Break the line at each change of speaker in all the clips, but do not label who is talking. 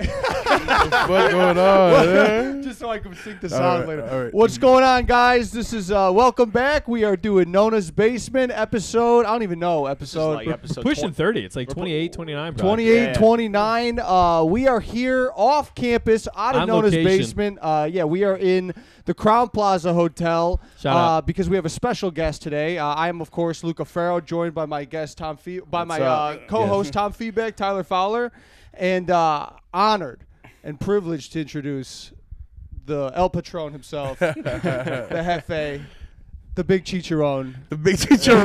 What's going on? eh?
Just so I can sync the
All
sound
right,
later.
all right.
What's going on, guys? This is uh, welcome back. We are doing Nona's Basement episode. I don't even know episode.
like episode
Pushing
20
30. It's like 28, 29. probably.
28,
Yeah.
29. Uh, we are here off campus, out of
On
Nona's
location.
basement. Uh, yeah, we are in the Crown Plaza Hotel
Shout
uh,
out.
because we have a special guest today. Uh, I am, of course, Luca Farrow, joined by my guest Tom Fe- by my uh, co-host Tom Feedback, Tyler Fowler, and uh, honored and privileged to introduce the El Patron himself, the Jefe, the Big Chicharron.
The big chicharron.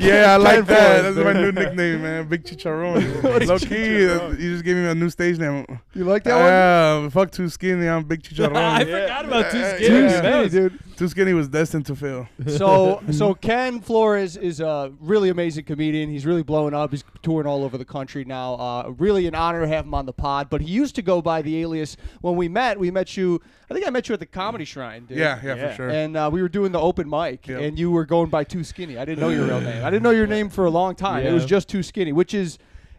yeah, I like that. That's my new nickname, man. Big chicharron. Low key, you just gave me a new stage name.
You like that one?
Yeah, fuck too skinny. I'm big
I
chicharron.
forgot about two
Yeah.
skins.
Too
Yeah.
skinny, dude.
too skinny was destined to fail.
so so Ken Flores is a really amazing comedian. He's really blowing up. He's touring all over the country now. Uh, really an honor to have him on the pod. But he used to go by the alias when we met. We met you. I think I met you at the Comedy Shrine, dude.
Yeah, yeah,
Yeah.
for sure.
And uh, we were doing the open mic,
Yep.
and you were going by Too Skinny. I didn't know your real name. I didn't know your name for a long time. It
Yeah.
was just Too Skinny, which is,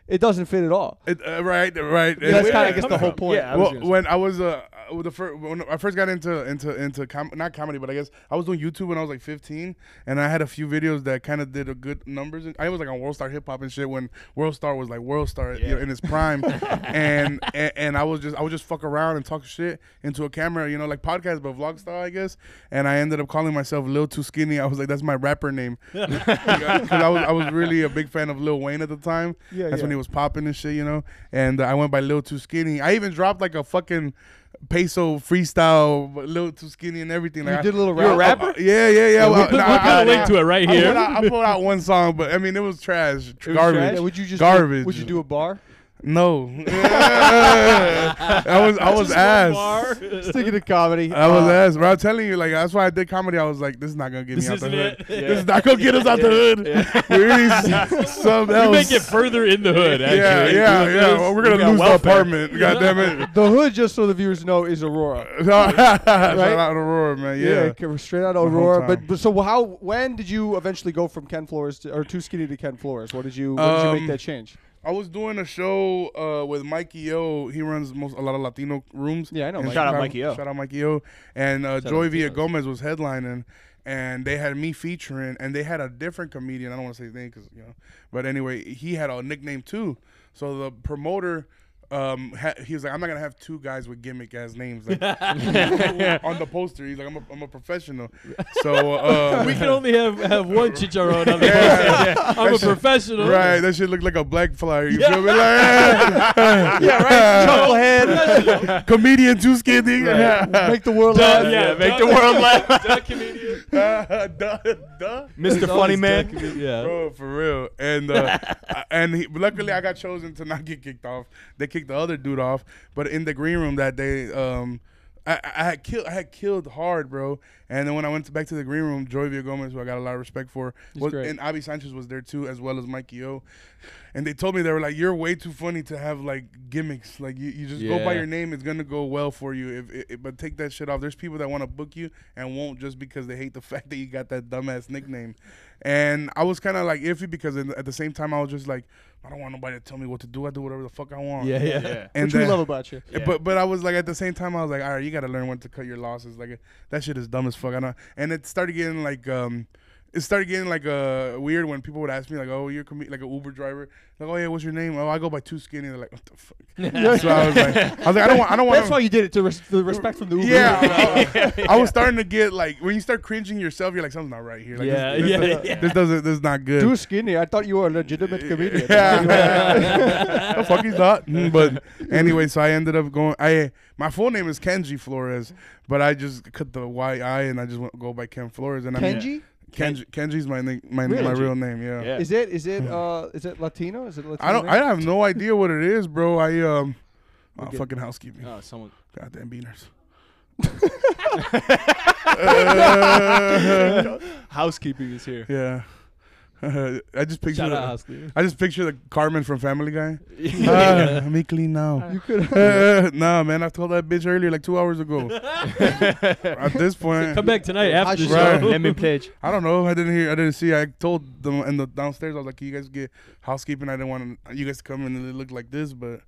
it doesn't fit at all.
It- uh, right, right.
That's
It-
kind of, I
did that
guess,
come
the whole
from?
point.
Yeah, I
well, when I was uh, uh, with the first when I first got into into into com- not comedy, but I guess I was doing YouTube when I was like 15, and I had a few videos that kind of did a good numbers. I was like on World Star Hip Hop and shit when World Star was like World Star you know, in its prime, and, and and I was just I would just fuck around and talk shit into a camera, you know, like podcast but vlog style, I guess. And I ended up calling myself Lil Too Skinny. I was like, that's my rapper name, because I was I was really a big fan of Lil Wayne at the time.
Yeah,
that's
yeah.
when he was popping and shit, you know. And uh, I went by Lil Too Skinny. I even dropped like a fucking peso freestyle, but Lil Too Skinny and everything. Like,
You did a little
I-
rap?
I- yeah, yeah, yeah.
we'll put- we'll put a link to it right
I
here.
Put out, I put out one song, but I mean it was trash, garbage.
Yeah, would you just
garbage?
Would you do a bar?
No. I was I was ass.
Sticking to comedy.
I was
Uh,
ass. But I'm telling you, like that's why I did comedy. I was like, this is not gonna get
This
me out the
isn't
hood.
it.
This is not gonna get us out the hood. We're really something
You
else.
make it further in the hood, actually.
yeah, yeah, yeah. Well, we're gonna
got
lose the
welfare.
apartment. God damn it.
The hood, just so the viewers know, is Aurora.
Shout out to Aurora, man.
Yeah,
Yeah.
it came straight out of
My
Aurora.
hometown.
But, but so how? When did you eventually go from Ken Flores to, or Too Skinny to Ken Flores? What did you? What did you
Um,
make that change?
I was doing a show uh, with Mikey O. He runs most a lot of Latino rooms.
Yeah, I know
In
Mikey.
Shout out
Chicago.
Mikey O.
Shout out Mikey O. And uh, Joy
out
Villa
Latinos.
Gomez was headlining, and they had me featuring, and they had a different comedian. I don't want to say his name because you know, but anyway, he had a nickname too. So the promoter. Um, ha- he was like, I'm not gonna have two guys with gimmick as names like, on the poster. He's like, I'm a, I'm a professional, so uh,
We can only have, have one chicharron on the
Yeah.
poster. I'm a professional.
Right, that shit looked like a black flyer. You feel me? Like, yeah, right. Comedian too skinny.
Make the world
Duh,
laugh.
yeah,
make
duh,
the world laugh.
Duh, comedian.
duh, duh.
Mr. Funny Man.
Duh, comedian, Yeah.
Bro, for real. And uh, I- and he, luckily I got chosen to not get kicked off. They kicked the other dude off. But in the green room that day, um, I, I had killed I had killed hard, bro. And then when I went to- back to the green room, Joy Villa Gomez, who I got a lot of respect for, was,
great.
and Abby Sanchez was there too, as well as Mikey O. And they told me they were like, "You're way too funny to have like gimmicks. Like you, you just go by
Yeah.
your name. It's gonna go well for you. If it, it- but take that shit off. There's people that want to book you and won't just because they hate the fact that you got that dumbass nickname. And I was kind of like iffy because in, at the same time I was just like, I don't want nobody to tell me what to do. I do whatever the fuck I want.
Yeah, yeah.
Yeah.
And
Which we
then-
love about you.
Yeah.
But but I was like at the same time I was like all right you gotta learn when to cut your losses like that shit is dumb as fuck I know and it started getting like um it started getting like uh, weird when people would ask me like oh you're commu- like an Uber driver like oh yeah what's your name oh I go by Too Skinny they're like what the fuck so I was like I was like I don't want I don't want
That's why you did it to res- the respect from the Uber.
yeah, I- I, I was starting to get like when you start cringing yourself you're like something's not right here like,
Yeah,
this, this,
yeah,
doesn't-
yeah.
this doesn't this is not good
Too skinny. I thought you were a legitimate comedian.
yeah. the fuck he's not. Mm, But anyway, so I ended up going. I my full name is Kenji Flores, but I just cut the Y I and I just went, go by Ken Flores. And I mean,
Kenji?
Kenji, Kenji's my ni- my
Really?
my real name. Yeah.
Yeah.
Is it? Is it? Uh, is it Latino? Is it Latino?
I don't.
name?
I have no idea what it is, bro. I um. oh,
Okay.
fucking housekeeping.
Oh, someone.
Goddamn beaners.
Housekeeping is here.
Yeah. I just picture.
Shout
the-
out, Housekeeper.
I just picture the Carmen from Family Guy.
Yeah.
Ah, me clean now.
you could.
Uh, nah, man, I told that bitch earlier, like two hours ago. At this point,
Come back tonight after the
Right.
show.
Lemon pledge.
I don't know. I didn't hear. I didn't see. I told them in the downstairs. I was like, "Can you guys get housekeeping? I didn't want you guys to come in and it looked like this, but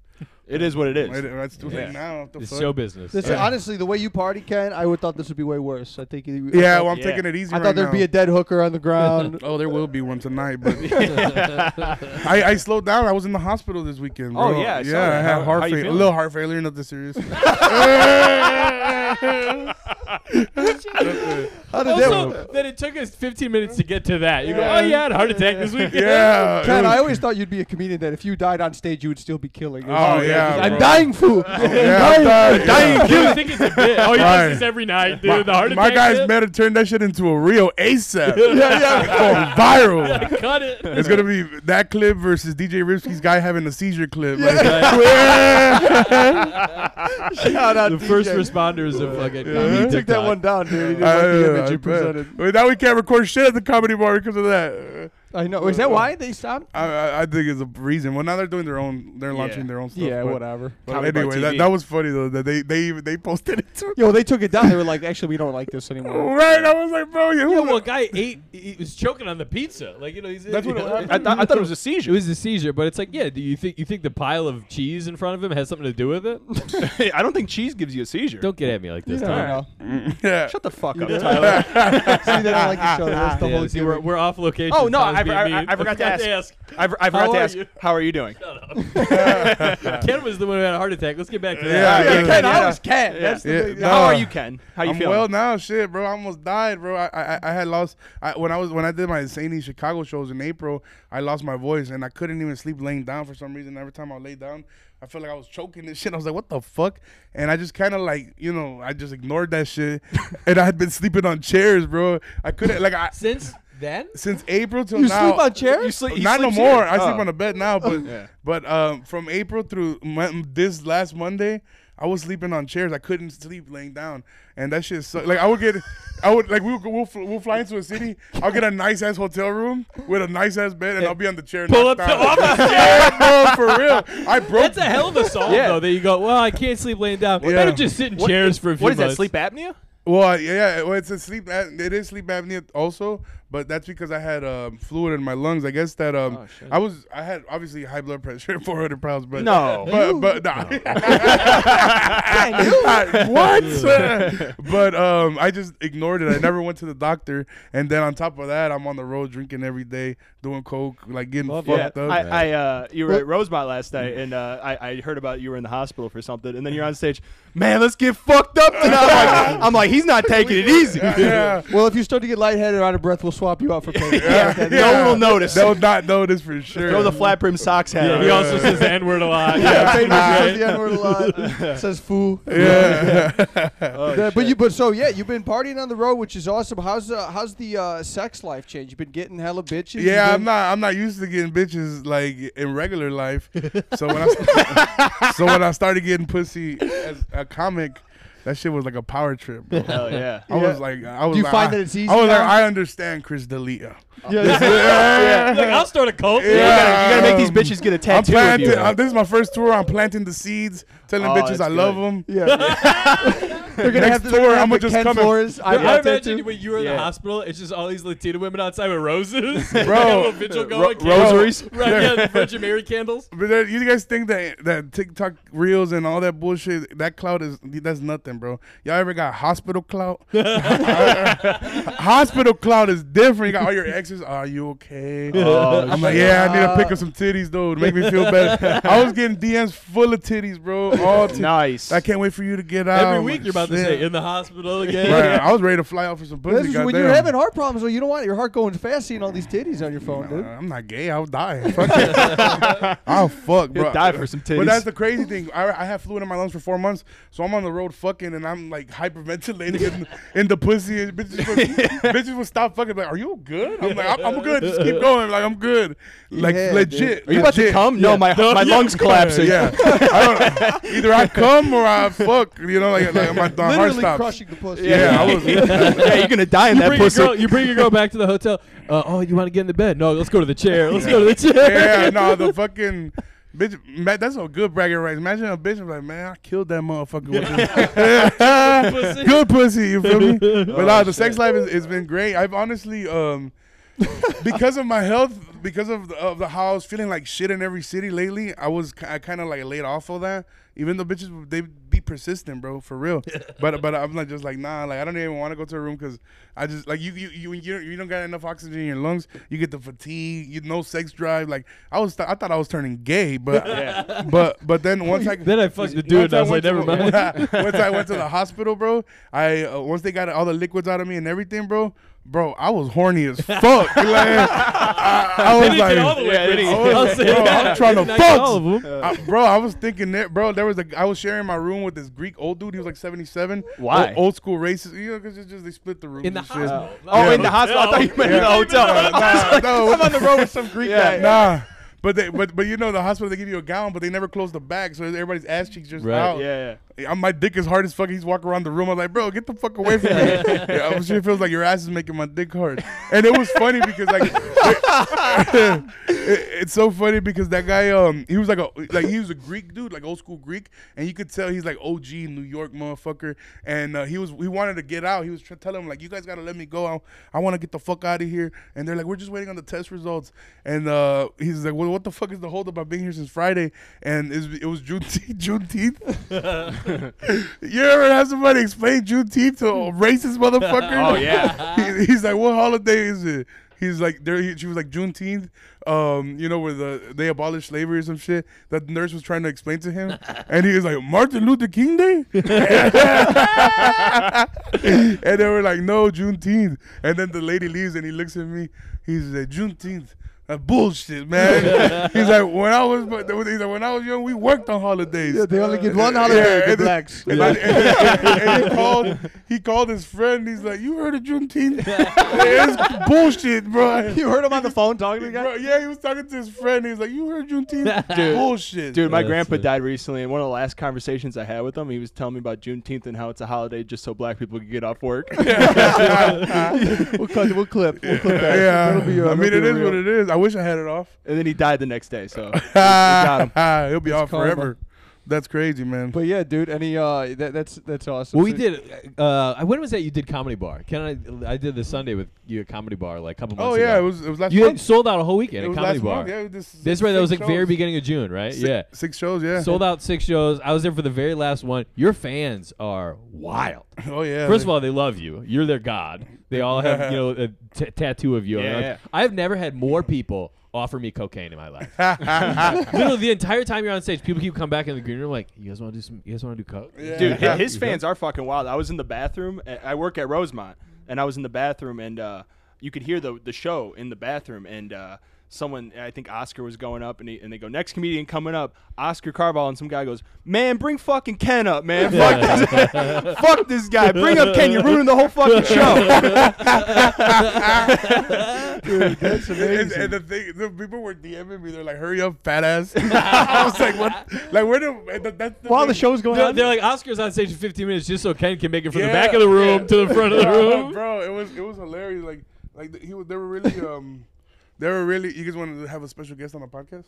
It is what it is.
Wait, That's too late
Yeah.
now. what the
It's
fuck?
show business.
This,
Yeah.
honestly, the way you party, Ken, I would thought this would be way worse. I think. you- I
yeah,
thought,
well, I'm
Yeah.
taking it easy.
I
right
thought there'd be
now.
a dead hooker on the ground.
Oh, there will be one tonight, but I, I slowed down. I was in the hospital this weekend.
Oh,
bro.
yeah, I saw
yeah. I
that.
had
How-
heart
how you
failure, a
feeling?
little heart failure, nothing serious.
How did that
Also,
work?
then it took us 15 minutes to get to that. You go, oh yeah, I had a heart attack this weekend.
yeah, it
Ken, I
was-
always thought you'd be a comedian that if you died on stage, you would still be killing.
Oh, yeah,
I'm
bro.
dying, fool.
yeah, I'm dying, yeah.
You don't think it's a bit. Oh,
Right.
he does this every night, dude. the heart attack.
my guys
bit?
better turn that shit into a real ASAP.
Yeah, yeah.
Going viral.
Cut it.
It's gonna be that clip versus DJ Ripsky's guy having a seizure clip. Like,
Shout out
The
DJ.
first responders of fucking.
He took that one down, dude. He didn't like the
Uh,
image
I
you
bet.
presented.
I mean, now we can't record shit at the comedy bar because of that.
I know. Is
Uh,
that why they stopped?
I, I, I think it's a reason. Well, now they're doing their own. They're launching their own stuff.
Yeah,
but,
whatever.
But
Comedy Bar
anyway, that,
TV.
that was funny though. That they they even- they posted it too.
Yo, they took it down. They were like, actually, we don't like this anymore.
Right? I was like, bro, you.
Yeah, well, a guy ate. He was choking on the pizza. Like you know, he's.
That's what it was.
I, th- I thought it was a
It
seizure.
was a seizure, but it's like, yeah. Do you think you think the pile of cheese in front of him has something to do with it?
I don't think cheese gives you a seizure.
Don't get at me like this.
Yeah,
Tom.
I know.
yeah.
Shut the fuck up, Tyler.
See, they don't like each other. That's the
Yeah,
whole
see, we're,
gimmick.
we're off location.
Oh, no,
Tom's
I-
being
I- I-
mean.
I forgot to
ask.
I, I forgot
How
to
are
ask,
you?
how are you doing?
Ken was the one who had a heart attack. Let's get back to
Yeah,
that.
yeah,
yeah,
Ken,
yeah.
I was Ken.
Yeah.
That's the
Yeah,
big-
no.
How are you, Ken? How you
I'm
feeling?
well now, shit, bro. I almost died, bro. I I, I had lost I, when I was when I did my Zany Chicago shows in April. I lost my voice and I couldn't even sleep laying down for some reason. Every time I lay down, I felt like I was choking and shit. I was like, what the fuck? And I just kind of like you know I just ignored that shit, and I had been sleeping on chairs, bro. I couldn't like I
Since then,
since April till
You
now.
sleep on chairs?
You sleep, he
not no
sleeps
more.
here.
I sleep
Oh.
on the bed now, but
Yeah.
but um, from April through mon- this last Monday, I was sleeping on chairs. I couldn't sleep laying down, and that shit sucked. Like I would get, I would like we would, we'll, fl- we'll fly into a city. I'll get a nice ass hotel room with a nice ass bed, and I'll be on the chair.
pull up
knocked
to
out.
office.
Yeah, bro, for real. I broke.
That's a hell of a song,
Yeah.
though. That you go, well, I can't sleep laying down. We
Yeah.
better just sit in chairs for a few
What is that,
months.
sleep apnea?
Well, yeah, yeah. Well, it's a sleep. ap- It is sleep apnea also, but that's because I had um, fluid in my lungs. I guess that
Oh,
um, I was I had obviously high blood pressure, 400 pounds, but
No.
but but nah. I- what? but um, I just ignored it. I never went to the doctor, and then on top of that, I'm on the road drinking every day, doing coke, like getting
Love
fucked
yeah,
up.
I, I uh, you were at Rosemont last night, and uh, I, I heard about you were in the hospital for something, and then you're on stage. Man, let's get fucked up tonight. I'm like, I'm like, he's not taking it easy.
yeah, yeah.
Well, if you start to get lightheaded or out of breath, we'll swap you out for Ken.
Yeah.
No one will notice.
They'll not notice for sure.
Throw the flat brim socks hat.
Yeah,
on.
he also says the N word a lot.
Yeah, Peyton
Right?
says the N-word a lot. Says fool.
Yeah.
Yeah, but you, but so yeah, you've been partying on the road, which is awesome. How's uh, how's the uh, sex life change? You've been getting hella bitches. You've
Yeah, I'm
been-
not. I'm not used to getting bitches like in regular life. So when I so when I started getting pussy as a comic, that shit was like a power trip. bro.
Hell yeah.
I was like, I was.
you
like,
find
I-
that it's easy
I was like,
now?
I understand Chris D'Elia.
Yeah,
Like, I'll start a cult.
Yeah.
You gotta, you gotta make these
Um,
bitches get a
I'm
tattoo of
planting.
you.
uh, this is my first tour. I'm planting the seeds, telling
Oh,
bitches
that's
I love
good.
them.
yeah. they're gonna
Next
have to, they're
tour,
gonna have
I'ma
the
just
Ken
come and-
Flores.
I,
eyebrow
imagine
tattoo.
when you were in
Yeah.
the hospital, it's just all these Latina women outside with roses, They
Bro.
got a little vigil going,
Ro-
candles.
rosaries?
right? Yeah, the Virgin Mary candles.
But then you guys think that that TikTok reels and all that bullshit, that clout is that's nothing, bro. Y'all ever got hospital clout? hospital clout is different. You got all your exes. Are you okay?
Oh,
I'm like,
shit.
yeah, I need to pick up some titties, though, to make me feel better. I was getting DMs full of titties, bro. All titties.
nice.
I can't wait for you to get
Oh,
out.
Every
I'm
week
like,
you're about to
shit.
say in the hospital again.
Right, I was ready to fly out for some pussy.
This is when you're
goddamn.
having heart problems, though, you don't want it. Your heart going fast, seeing all these titties on your phone, dude.
I'm not gay. I'll die. Fuck it. I'll fuck, bro.
You'll die for some titties.
But that's the crazy thing. I, I had fluid in my lungs for four months, so I'm on the road fucking, and I'm like hyperventilating in, in the pussy. And bitches, would, bitches would stop fucking. Like, are you good? I'm like, I'm, I'm good. Just keep going. Like, I'm good. Like,
Yeah,
legit.
Are you about to
legit.
come? No, my my lungs collapsing.
Yeah. I don't, either I come or I fuck. You know, like, like my the heart
Literally
stops.
crushing the pussy.
Yeah, I was.
yeah, you're gonna die in
You
that
bring, your
pussy.
girl, you bring your girl back to the hotel. Uh, oh, you want to get in the bed? No, let's go to the chair. Let's go to the chair.
yeah, no, the fucking bitch. ma- That's a good bragging rights. Imagine a bitch like, man, I killed that motherfucker. With
Pussy.
him. good pussy, you feel me? But uh, the sex life is, it's been great. I've honestly, um, because of my health, because of the, of the how I was feeling like shit in every city lately, I was ki- I kind of like laid off of that. Even though bitches they be persistent, bro, for real. but but I'm like just like nah, like I don't even want to go to a room because I just like you you you you don't, you don't got enough oxygen in your lungs. You get the fatigue. You no sex drive. Like I was th- I thought I was turning gay, but but but then once I
Then I fucked the dude.
once
And I was like,
went
never
to-
mind.
once I went to the hospital, bro, I uh, once they got all the liquids out of me and everything, bro, bro, I was horny as fuck. like, I, I
They
was
didn't get
like,
all the
Yeah,
liquids.
they
didn't-
I'll say
Bro, I'm
that.
trying to
They didn't get
fuck.
all of them.
I- bro, I was thinking that, bro. There was a, I was sharing my room with this Greek old dude. He was like 77.
Why?
Old, old school racist. You know, because it's just they split the rooms
In the
and shit.
hospital.
Oh,
Yeah.
in the hospital. I thought you meant in the
Yeah.
hotel.
Nah, no,
I'm on the road with some Greek
yeah,
guy.
nah. But they, but but you know, the hospital they give you a gown, but they never close the back, so everybody's ass cheeks just
Right.
Oh.
out.
Yeah,
I- my dick is hard as fuck. He's walking around the room. I'm like, bro, get the fuck away from me. yeah, I'm sure it feels like your ass is making my dick hard. And it was funny because like, it- it's so funny because that guy, um, he was like a like he was a Greek dude, like old school Greek, and you could tell he's like OG New York motherfucker. And uh, he was he wanted to get out. He was tr- telling him like, you guys gotta let me go. I, I want to get the fuck out of here. And they're like, we're just waiting on the test results. And uh, he's like, well, what the fuck is the holdup? I've been here since Friday, and it's, it was Juneteenth. Juneteenth. You ever have somebody explain Juneteenth to a racist motherfucker?
Oh, yeah.
He- he's like, what holiday is it? He's like, there. He, she was like Juneteenth, um, you know, where the they abolished slavery or some shit. That the nurse was trying to explain to him, and he was like, Martin Luther King Day. and they were like, no, Juneteenth. And then the lady leaves, and he looks at me. He's like, Juneteenth. That bullshit, man. he's like, when I was, he's like, when I was young, we worked on holidays.
Yeah, they only get one holiday, the
and then-
blacks.
and, then- and then- and he called. He called his friend. He's like, "You heard of Juneteenth? it's bullshit, bro."
You heard him on the phone talking to the guy?
Bro, yeah, he was talking to his friend. He's like, "You heard Juneteenth?
Dude.
bullshit,
Dude, my
That's
grandpa
it.
died recently, and one of the last conversations I had with him, he was telling me about Juneteenth and how it's a holiday just so black people could get off work.
We'll, cut, we'll clip. We'll clip that.
Yeah,
That'll be, uh, that'll
I mean,
be
it is
real.
what it is. I wish I had it off.
And then he died the next day. So
He'll be off
karma.
forever. That's crazy, man.
But yeah, dude, any uh, that, that's that's awesome.
Well, we
So-
did. Uh, when was that you did comedy bar? Can I? I did the Sunday with you at comedy bar like a couple months
oh yeah,
ago.
it was it was last
you had
month.
sold out a whole weekend
It
at
was
comedy
last
bar.
month. Yeah, it was just
That's right. That
six
was like very
shows.
beginning of June, right?
Six-
yeah.
six shows. Yeah,
Sold out six shows. I was there for the very last one. Your fans are wild.
Oh yeah.
First of all, they love you. You're their god. They all have you know a t- tattoo of you. on
Yeah.
them. I've never had more people offer me cocaine in my life. Literally the entire time you're on stage, people keep coming back in the green room like, "You guys want to do some? You guys want to do coke?"
Yeah.
Dude, hi-
Yeah.
his fans are fucking wild. I was in the bathroom. a- I work at Rosemont, and I was in the bathroom, and uh, you could hear the the show in the bathroom, and uh, someone, I think Oscar was going up, and, he, and they go, next comedian coming up, Oscar Carball, and some guy goes, man, bring fucking Ken up, man. Fuck, this, fuck this guy. Bring up Ken. You're ruining the whole fucking show.
And, and the thing, the people were DMing me. They're like, "Hurry up, fat ass." I was like, "What? Like, where do?" and that- That's the
while the
thing.
show's going
They're,
on,
they're like Oscar's on stage in 15 minutes just so Ken can make it from the
Yeah.
back of the room to the front of the
Oh,
room.
bro, it was it was hilarious. Like, like th- he was. They were really um, they were really. You guys wanted to have a special guest on the podcast?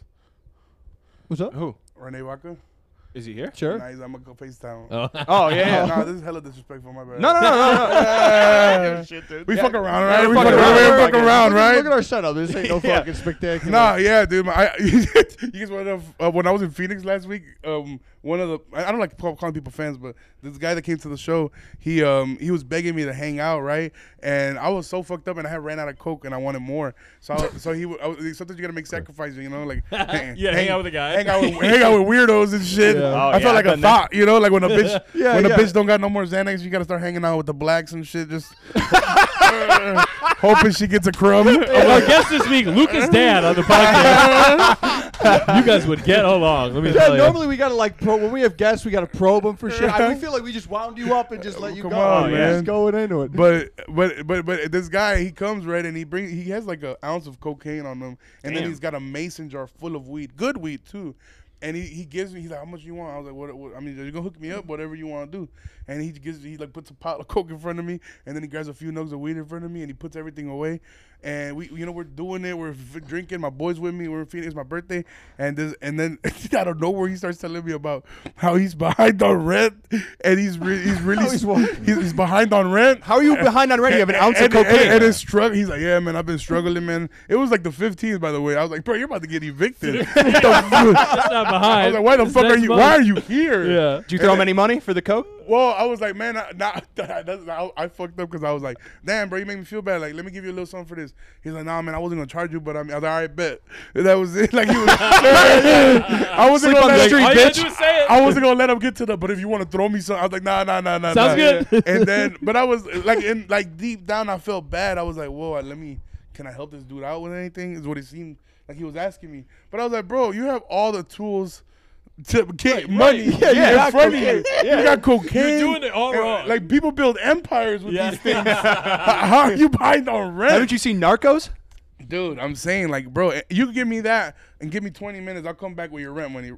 what's up?
Who?
Renee Waka.
Is he here?
Sure.
Nice. I'm gonna go FaceTime.
Oh.
Oh, yeah. yeah.
no, this is hella disrespectful. My bad.
No, no, no, no, no.
Yeah. we fuck around, right? We
fuck
fuck around.
around.
We fuck
Fuck
around, right?
Look at our setup. This ain't no
Yeah.
fucking spectacular.
Nah, yeah, dude. My, I, you guys want to? Uh, when I was in Phoenix last week, um, one of the I, I don't like call- calling people fans, but this guy that came to the show, he um he was begging me to hang out, right? And I was so fucked up, and I had ran out of coke, and I wanted more. So I, so he would- I was, sometimes you gotta make sacrifices, you know, like
Yeah, hang out with a guy.
hang out with, hang out with weirdos and shit.
Yeah.
Oh,
I
yeah,
felt like
I've
a
done that.
thought, you know, like when a bitch
Yeah,
when
yeah.
a bitch don't got no more Xanax, you gotta start hanging out with the blacks and shit, just hoping she gets a crumb.
Our guest this week, Lucas Dad, on the podcast. you guys would get along. Let me
Yeah,
tell you.
normally we gotta like pro- when we have guests, we gotta probe them for shit. I, we feel like we just wound you up and just let you
Come
go.
on,
We're
man.
Just going into it.
But but but but this guy he comes right and he brings he has like an ounce of cocaine on him and then
Damn.
he's got a mason jar full of weed, good weed too. and he, he gives me he's like how much you want I was like what, what I mean you're gonna hook me up whatever you want to do and he gives he like puts a pot of coke in front of me and then he grabs a few nugs of weed in front of me and he puts everything away and we you know we're doing it we're f- drinking my boys with me we're in Phoenix my birthday and this and then out of nowhere he starts telling me about how he's behind on rent and he's re- he's really
he's walking.
he's, he's behind on rent
How are you behind on rent? You have an ounce of
and, and-
cocaine.
And, it's strugg- He's like, yeah, man, I've been struggling, man. It was like the 15th, by the way. I was like, bro, you're about to get evicted. I
That's not behind.
was like, why the
It's
fuck are
next
you?
month.
Why are you here?
Yeah.
Do you throw him any money for the coke?
Well, I was like, man, I, nah, that's, I, I fucked up because I was like, damn, bro, you make me feel bad. Like, let me give you a little something for this. He's like, nah, man, I wasn't gonna charge you, but I, mean, I was like, all right, bet. And that was it. Like, he was, I wasn't gonna
on the
let
street,
him,
All you gotta bitch. do is say it.
I wasn't gonna let him get to the. But if you want to throw me something, I was like, nah, nah, nah, nah.
Sounds
nah.
good.
and then, but I was like, in like deep down, I felt bad. I was like, whoa, let me. Can I help this dude out with anything? Is what it seemed like he was asking me. But I was like, bro, you have all the tools. To get money
Yeah, you
in
got
front of
cocaine.
you, you got cocaine.
You're doing it all
And,
wrong.
Like people build empires with
Yeah.
these things. how, how are you behind on
Haven't
rent,
you seen Narcos?
dude? I'm saying, like, bro, eh, you give me that and give me 20 minutes, I'll come back with your rent money. for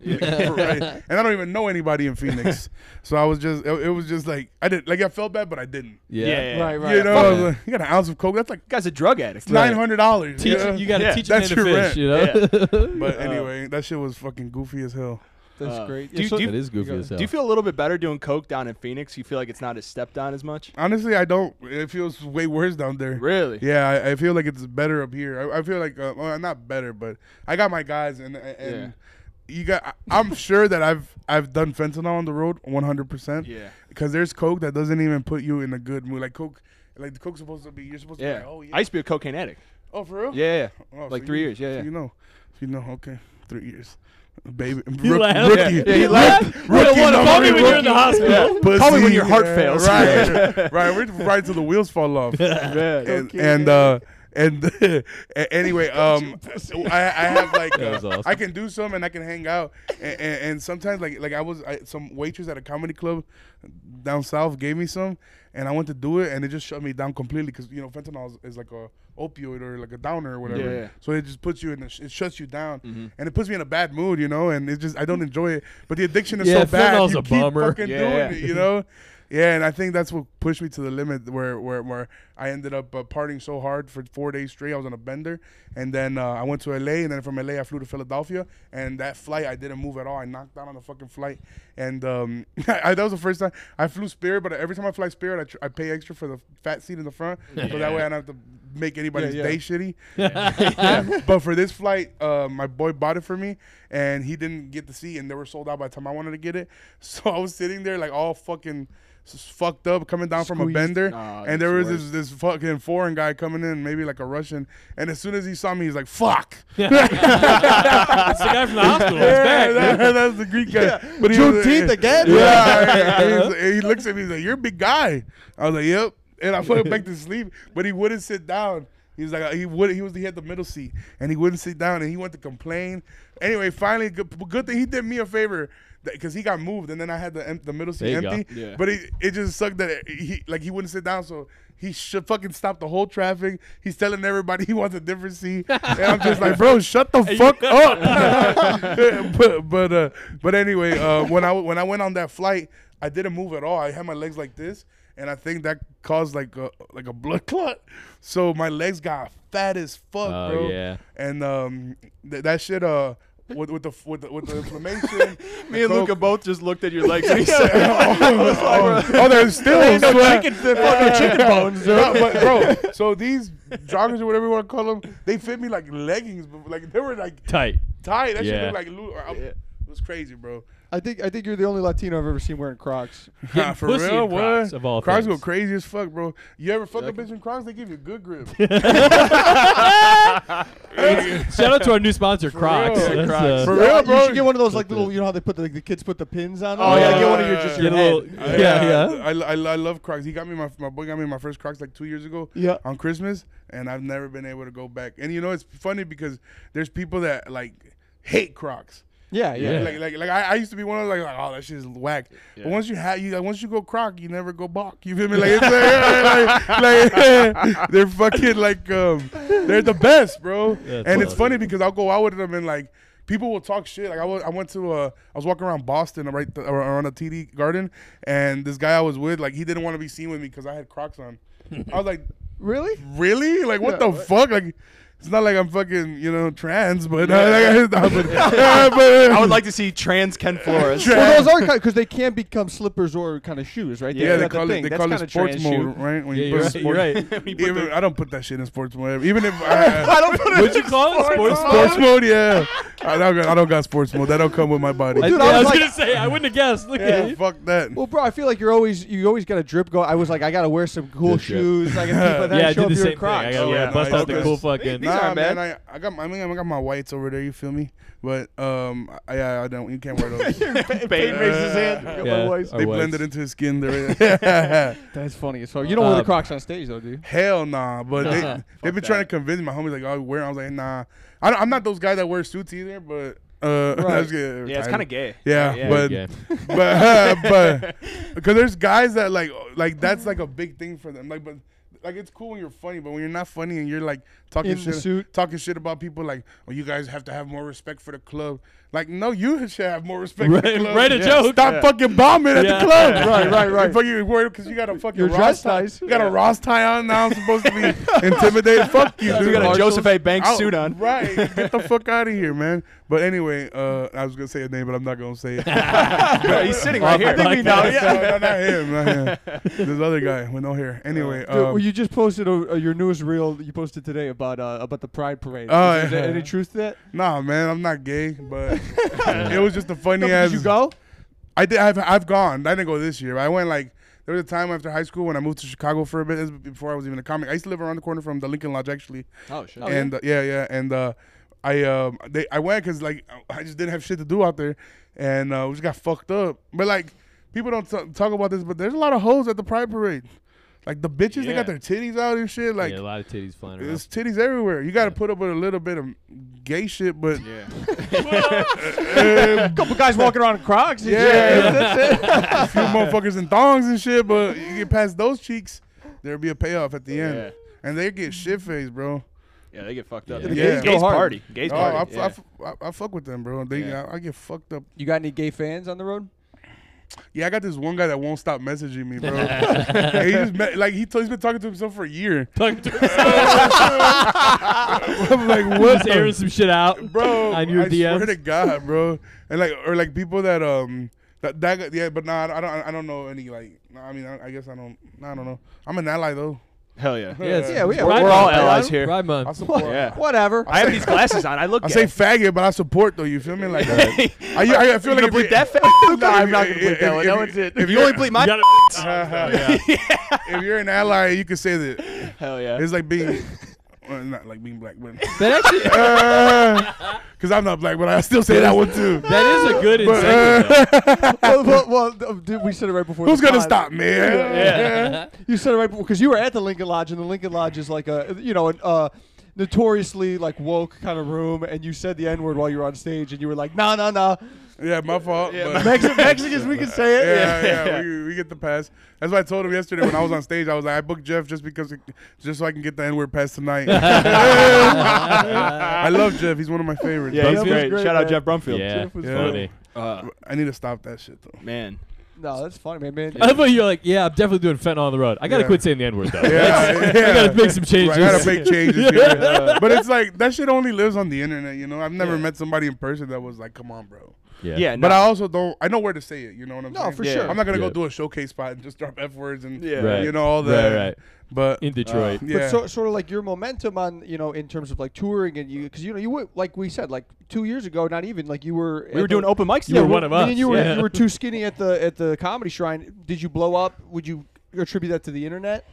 rent. And I don't even know anybody in Phoenix, so I was just, it, it was just like, I did, like, I felt bad, but I didn't.
Yeah.
Right, right.
You know, I was
Yeah.
like, you got an ounce of coke. That's like
Guy's a drug addict.
nine hundred dollars.
Teach, You got to
Yeah,
teach a man
that's
to
your
fish,
rent.
you know?
But anyway, that shit was fucking goofy as hell.
That's
Uh,
great.
do you-
so-
do you-
That is goofy
you
as
go-
hell.
Do you feel a little bit better doing coke down in Phoenix? You feel like it's not as stepped on as much?
Honestly, I don't. It feels way worse down there.
Really?
Yeah, I, I feel like it's better up here. I, I feel like uh, well, not better, but I got my guys, and and you got. I- I'm sure that I've I've done fentanyl on the road, 100. percent
Yeah.
Because there's coke that doesn't even put you in a good mood. Like coke, like the coke's supposed to be. You're supposed to.
Yeah.
Be like, oh yeah.
I used to be a cocaine addict.
oh for real?
Yeah.
Oh, so
like three
you-
years. Yeah.
so
yeah.
You know. You know. Okay. Three years. Baby.
laughed.
Rookie.
Yeah, yeah, he
rook-
laughed.
rookie
don't wanna
number
call me when you're in the
rookie.
hospital.
Call me when your heart
Yeah,
fails.
Right, right. We're right till the wheels fall off. and and uh, and a- anyway, um, I, I have like
That
uh,
was awesome.
I can do some and I can hang out and, and, and sometimes like like I was I, some waitress at a comedy club down south gave me some and I went to do it and it just shut me down completely because you know fentanyl is, is like a opioid or like a downer or whatever.
Yeah.
So it just puts you in a sh- it shuts you down
Mm-hmm.
and it puts me in a bad mood, you know, and it just I don't enjoy it. But the addiction is
Yeah,
so bad.
fentanyl's
you
a
keep
bummer.
fucking
Yeah.
doing it, you know? Yeah, and I think that's what pushed me to the limit where where, where I ended up uh, partying so hard for four days straight. I was on a bender, and then uh, I went to LA, and then from LA I flew to Philadelphia, and that flight I didn't move at all. I knocked out on the fucking flight, and um, I, that was the first time I flew Spirit. But every time I fly Spirit, I, tr- I pay extra for the fat seat in the front, so that way I don't have to make anybody's
Yeah, yeah.
day shitty. Yeah. But for this flight, uh, my boy bought it for me, and he didn't get the seat, and they were sold out by the time I wanted to get it. So I was sitting there like all fucking s- fucked up, coming down from a
Squeezed.
bender,
Ah,
and there was
that's
this, this fucking foreign guy coming in, maybe like a Russian, and as soon as he saw me, he's like, "Fuck."
It's the guy from the hospital. It's
Yeah,
back.
that, that's the Greek guy. But he was-
Juneteenth again?
Yeah, and he's- and he looks at me. He's like, "You're a big guy." I was like, "Yep," and I put him back to sleep. But he wouldn't sit down. He's like, he would. He was. He had the middle seat, and he wouldn't sit down, and he went to complain. Anyway, finally, good, good thing he did me a favor. Because he got moved, and then I had the em- the middle seat
There you go.
empty.
Yeah.
But it, it just sucked that it- he like he wouldn't sit down, so he should fucking stop the whole traffic. He's telling everybody he wants a different seat, and I'm just like, bro, shut the fuck up. but but uh, but anyway, uh, when I when I went on that flight, I didn't move at all. I had my legs like this, and I think that caused like a like a blood clot. So my legs got fat as fuck,
Oh,
bro.
yeah.
And um, th- that shit uh. With, with the with the, with the inflammation,
Me and
Luca.
Luca both just looked at your legs and he said,
oh, oh, there's still chicken, chicken bones. Bro. But, bro, so these joggers or whatever you want to call them, they fit me like leggings, but like they were like
Tight.
tight. That
Yeah.
shit looked like Lou- I- it was crazy, bro.
I think I think you're the only Latino I've ever seen wearing Crocs.
Getting
for
pussy
real,
in Crocs,
what?
of all
Crocs
things.
go crazy as fuck, bro. You ever fuck a bitch in Crocs? They give you a good grip.
Shout out to our new sponsor, Crocs.
real.
That's,
Crocs.
uh,
for
Yeah,
real,
You
bro.
should get one of those like little, you know how they put the, like, the kids put the pins on.
Oh, yeah, get one of
your-
just
get
your
a
head.
little, yeah, yeah.
I, I, I love Crocs. He got me my my boy got me my first Crocs like two years ago.
Yeah.
on Christmas, and I've never been able to go back. And you know, it's funny because there's people that like hate Crocs.
Yeah, yeah.
Yeah.
Like like like I, I used to be one of those, like, oh that shit is whack. But once you have you like, once you go croc, you never go balk. You feel me? Like it's like, like, like, they're fucking like um they're the best, bro.
That's
and it's
awesome.
funny because I'll go out with them and like people will talk shit. Like I wa- I went to uh, I was walking around Boston right th- ar- around the TD Garden, and this guy I was with, like he didn't want to be seen with me because I had Crocs on. I was like,
Really?
really? Like what
Yeah,
the
what-
fuck? Like. It's not like I'm fucking, you know, trans, but, uh, like, but, but-
I would like to see trans Ken Flores.
Trans-
Well, those are because they can become slippers or kind of shoes, right? got
yeah, they
the
call it
thing.
they
That's
call it
kinda
sports
trans
mode,
shoe.
right? When
Yeah,
you
you're
put
right.
sports,
You're right.
We put
Even,
the-
I don't put that shit in sports mode. Even if I,
I don't put
What'd
it.
you call it? Sports
sports mode, yeah, I don't, got- I don't got sports mode. That don't come with my body.
Dude,
I,
I
was
was like-
gonna say I wouldn't have guessed. Look at
yeah,
you.
fuck that.
Well, bro, I feel like you're always you always got a drip going. I was like, I gotta wear some cool
Good drip.
shoes. I gotta keep but then
Yeah, I
show
did
up
the
your
same thing.
Crocs.
I got
Oh,
yeah,
yeah,
bust
nice.
out the
Okay.
cool fucking.
These
nah,
aren't
man,
bad.
I, I got I mean I got my whites over there. You feel me? But um, I, I don't. You can't wear those.
Bane
raises hand.
Yeah, our
they
whites.
blended into his skin. They're-
That's funny as fuck. You don't wear the
Um,
Crocs on stage though, do you?
Hell nah, but
Nah.
they they've been
Fuck
trying to
that.
convince my homies like, oh, wear. 'em." I was like, nah, I don't, I'm not those guys that wear suits either. But uh,
Right.
Yeah, it's kind of gay.
Yeah,
Yeah.
but
Yeah.
but uh, but because there's guys that like like that's like a big thing for them. Like, but like it's cool when you're funny, but when you're not funny and you're like talking
In the
shit,
suit.
talking shit about people, like, oh, you guys have to have more respect for the club. Like, no, you should have more respect. for the
Right,
club.
write a joke.
Stop fucking bombing at
Yeah.
the club.
Right, right, right.
Fucking you worried because you got a fucking
You're
Ross
dressed
tie.
nice.
You got
Yeah.
a Ross tie on now. I'm supposed to be intimidated. Fuck you, dude.
You got a
Marshalls?
Joseph A. Banks
Out-
suit on.
Right. Get the fuck out of here, man. But anyway, uh, I was gonna say a name, but I'm not gonna say it.
He's sitting right here.
I think we
No,
know,
no, not him. Not him. this other guy with no hair. Anyway,
Uh,
Dude, well,
um,
you just posted a, a, your newest reel that you posted today about uh, about the Pride Parade.
Oh,
is, is there
yeah.
any truth to that?
nah, man, I'm not gay, but it was just a funny
No,
ass.
did you go?
I did. I've I've gone. I didn't go this year. but I went like there was a time after high school when I moved to Chicago for a bit. This was before I was even a comic. I used to live around the corner from the Lincoln Lodge actually.
Oh shit.
Oh, yeah?
and uh, yeah, yeah, and uh, I um, they I went because like I just didn't have shit to do out there, and uh, we just got fucked up. But like people don't t- talk about this, but there's a lot of hoes at the pride parade. Like the bitches, they
Yeah.
got their titties out and shit. Like
yeah, a lot of titties flying around.
there's titties everywhere. You got to put up with a little bit of gay shit, but
Yeah.
uh,
A couple guys walking around in Crocs.
Yeah. a few motherfuckers in thongs and shit. But you get past those cheeks, there'll be a payoff at the end,
Yeah.
and they get shit faced, bro.
Yeah, they get fucked up.
Yeah.
Yeah.
Gays, gays
Go hard.
party. Gays
Oh,
party.
I, f- I
yeah.
f- I- I fuck with them, bro. They,
Yeah.
I, I get fucked up
You got any gay fans on the road?
Yeah, I got this one guy that won't stop messaging me, bro. And he just me- like he t- he's been talking to himself for a year.
Talking to
I'm like, what,
just
the-
airing some shit out.
bro?
on your
I swear
DMs?
to God, bro. And like, or like people that um that, that guy- yeah, but nah, I don't I don't know any like. nah, I mean, I, I guess I don't. Nah, I don't know. I'm an ally though.
Hell yeah.
Yeah, it's-
Yeah, we-
Pride
we're
all
Month,
allies
man.
here.
Pride Month.
I support.
Yeah.
Whatever.
I have these glasses on. I look.
I
gay.
say faggot, but I support though. You feel me? Like, I, I, I feel like
You gonna
if you-
bleep that?
Nah,
Nah,
if-
I'm not gonna
if-
bleep that
if-
one.
if-
That one's it.
if
If you
you're-
only bleep
You
my.
gotta-
if you're an ally, you can say that.
Hell yeah.
It's like being, well, not like being black, but
That actually,
because I'm not black, but I still say that one too.
that is a good
But, uh,
incentive. though.
well, well, well th- dude, we said it right before.
Who's
the
gonna
pod.
stop me?
Yeah.
You said it right because you were at the Lincoln Lodge, and the Lincoln Lodge is like a you know an, uh, notoriously like woke kind of room, and you said the N word while you were on stage, and you were like, "Nah, nah, nah."
Yeah, my fault.
Yeah,
but-
Mexi- Mexicans, we can say it.
yeah,
Yeah.
yeah, We, we get the pass. That's what I told him yesterday when I was on stage. I was like, I booked Jeff just because, just so I can get the N word pass tonight. I love Jeff. He's one of my favorites.
Yeah,
bro.
he's
Brumfield.
great.
Great,
Shout
man.
out Jeff Brumfield.
Yeah,
was
Yeah.
funny.
Uh,
I need to stop that shit though.
man.
No, that's funny, man. man.
I thought you were like, yeah, I'm definitely doing fentanyl on the road. I gotta
Yeah.
quit saying the N word though.
Yeah,
That's-
yeah.
I gotta make some changes.
I gotta make changes. here. But it's like that shit only lives on the internet. You know, I've never met somebody in person that was like, "Come on, bro."
yeah.
Yeah.
But I
no.
also don't. I know where to say it. You know what I'm
No,
saying?
for
Yeah.
sure.
I'm not gonna
Yeah.
go do a showcase spot and just drop f words and
Yeah.
Right.
you know all Uh, that.
Right, right.
But
In Detroit.
yeah,
But so, sort of like your momentum on you know in terms of like touring and you because you know you were like we said like two years ago not even like you were
We were doing open mics.
You were one of
I mean,
us,
you were
yeah.
you were too skinny at the at the comedy shrine did you blow up would you attribute that to the internet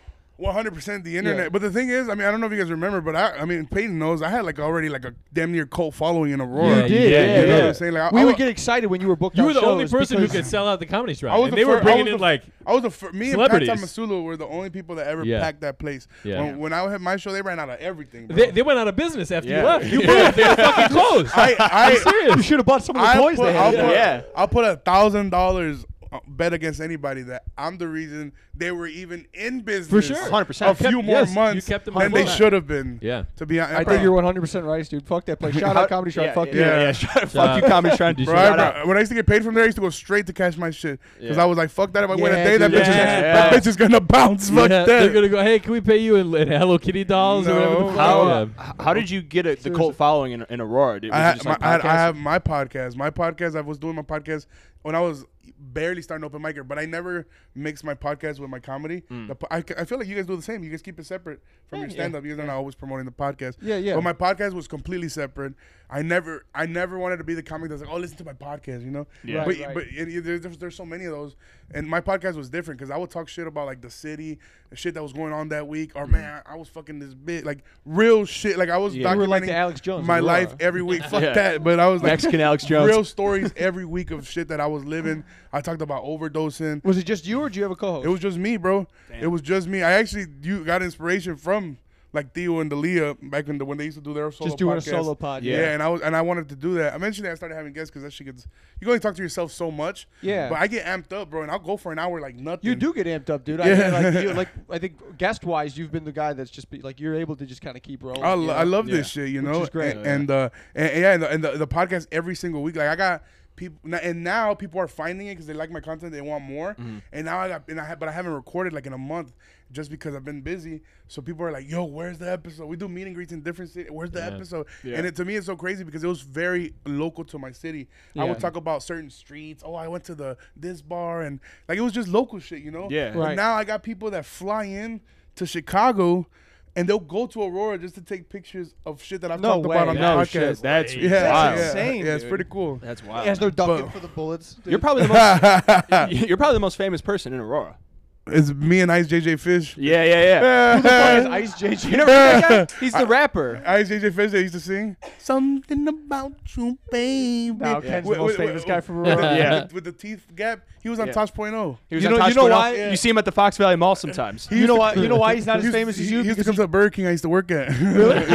100% the internet.
Yeah.
But the thing is, I mean, I don't know if you guys remember, but I, I mean, Peyton knows I had like already like a damn near cult following in Aurora.
You did, yeah,
You know what
yeah.
I'm saying? Like, I-
we
I,
would
wa-
get excited when you were booked
You
on
were the only
shows
person who
because-
could sell out the comedy
I
shrine.
was
And
the
they were
fir- I
bringing
was
in
the-
like
I was the fir- me and Pat
Celebrities.
Masulu were the only people that ever
Yeah.
packed that place.
Yeah.
When, when I had my show, they ran out of everything. Bro.
they, they went out of business after you
Yeah.
left. You moved. They were fucking closed.
I, I,
serious.
you should have bought some of the
I
toys
put,
they
I'll
had
put,
Yeah.
I'll put a thousand dollars uh, bet against anybody that I'm the reason they were even in business
sure.
a
100%.
few more
Kept- yes, you
months
kept them
than they
100%.
should have been.
Yeah.
To be honest,
I think you're 100 percent right, dude. Fuck that place. Shout out Comedy Shop.
Yeah,
Fuck
yeah,
you.
yeah.
Yeah, shout- fuck you, Comedy Shrine.
Did you-
Bro,
Shout
I- bro, when I used to get paid from there, I used to go straight to cash my shit because
Yeah.
I was like, "Fuck that! If I win a
Yeah,
day, that
dude,
bitch is
yeah.
that bitch is gonna bounce." Fuck
Yeah,
that.
They're gonna go. Hey, can we pay you in, in Hello Kitty dolls or whatever? The
No.
fuck?
How,
Yeah.
h- how did you get a, the cult following in, in Aurora? Did, was
I,
it
had
just
my,
on
I, had, I
podcasts?
have my podcast. My podcast. I was doing my podcast when I was barely starting open micer, but I never mixed my podcast with my comedy.
Hmm.
The po- I, I feel like you guys do the same. You guys keep it separate from your stand up. You guys are not always promoting the podcast.
Yeah, yeah.
But my podcast was completely separate. I never, I never wanted to be the comic that's like, oh, listen to my podcast, you know.
Yeah.
But
Right, right.
but it, it- there's, there's there's so many of those, and my podcast was different because I would talk shit about like the city, the shit that was going on that week,
Hmm.
or man, I was fucking this bit like real shit. Like I was
Yeah.
documenting
You were like the Alex Jones,
my
you were.
life every week. Fuck
Yeah.
that. But I was like
Mexican Alex Jones.
Real stories every week of shit that I was living. I talked about overdosing.
Was it just you, or do you have a
It
co-host?
was just me, bro. It was just me. I actually you got inspiration from like Theo and Dalia back in the when they used to do their solo
Just doing a
podcast.
solo pod,
Yeah.
yeah.
and I was and I wanted to do that. Eventually, I started having guests because that shit gets you can only talk to yourself so much.
Yeah.
but I get amped up, bro, and I'll go for an hour like nothing.
you do get amped up, dude. I,
Yeah.
like, you, like I think guest wise, you've been the guy that's just be, like you're able to just kind of keep rolling.
I,
you
lo-
know?
I love
Oh, Yeah.
this shit, you know.
is great.
And, and, uh, and, and yeah, and, the, and the, the podcast every single week. Like I got people, and now people are finding it because they like my content, they want more.
Mm-hmm.
And now I got, and I have, but I haven't recorded like in a month just because I've been busy. So people are like, "Yo, where's the episode?" We do meet and greets in different cities. Where's the episode?
Yeah.
And it, to me, it's so crazy because it was very local to my city. I
Yeah.
would talk about certain streets. Oh, I went to the this bar, and like it was just local shit, you know.
Yeah.
But
Right.
now I got people that fly in to Chicago and they'll go to Aurora just to take pictures of shit that I've
No
talked
way.
about on
No
the
shit,
podcast.
that's
yeah,
wild.
yeah,
insane,
Yeah, it's
dude.
pretty cool.
That's
Yes,
wild.
they're ducking
But-
for the bullets. dude.
You're probably the most. you're probably the most famous person in Aurora.
It's me and Ice JJ Fish.
Yeah, yeah, yeah.
Fuck is Ice JJ.
You never met that guy? He's the rapper.
Ice JJ Fish that used to sing something about you, baby.
Now Ken's
With-
the most
with-
famous
with-
guy from
oh. with the-
Aurora.
Yeah.
with, with the teeth gap. He was on oh.
Yeah.
Tosh.0.
He was
You
on
know-
Tosh
you know
0.
why-
You see him at the Fox Valley Mall sometimes.
You know why? You know why he's not as famous
he,
as you?
He used to
Because
come to Burger King I used to work at.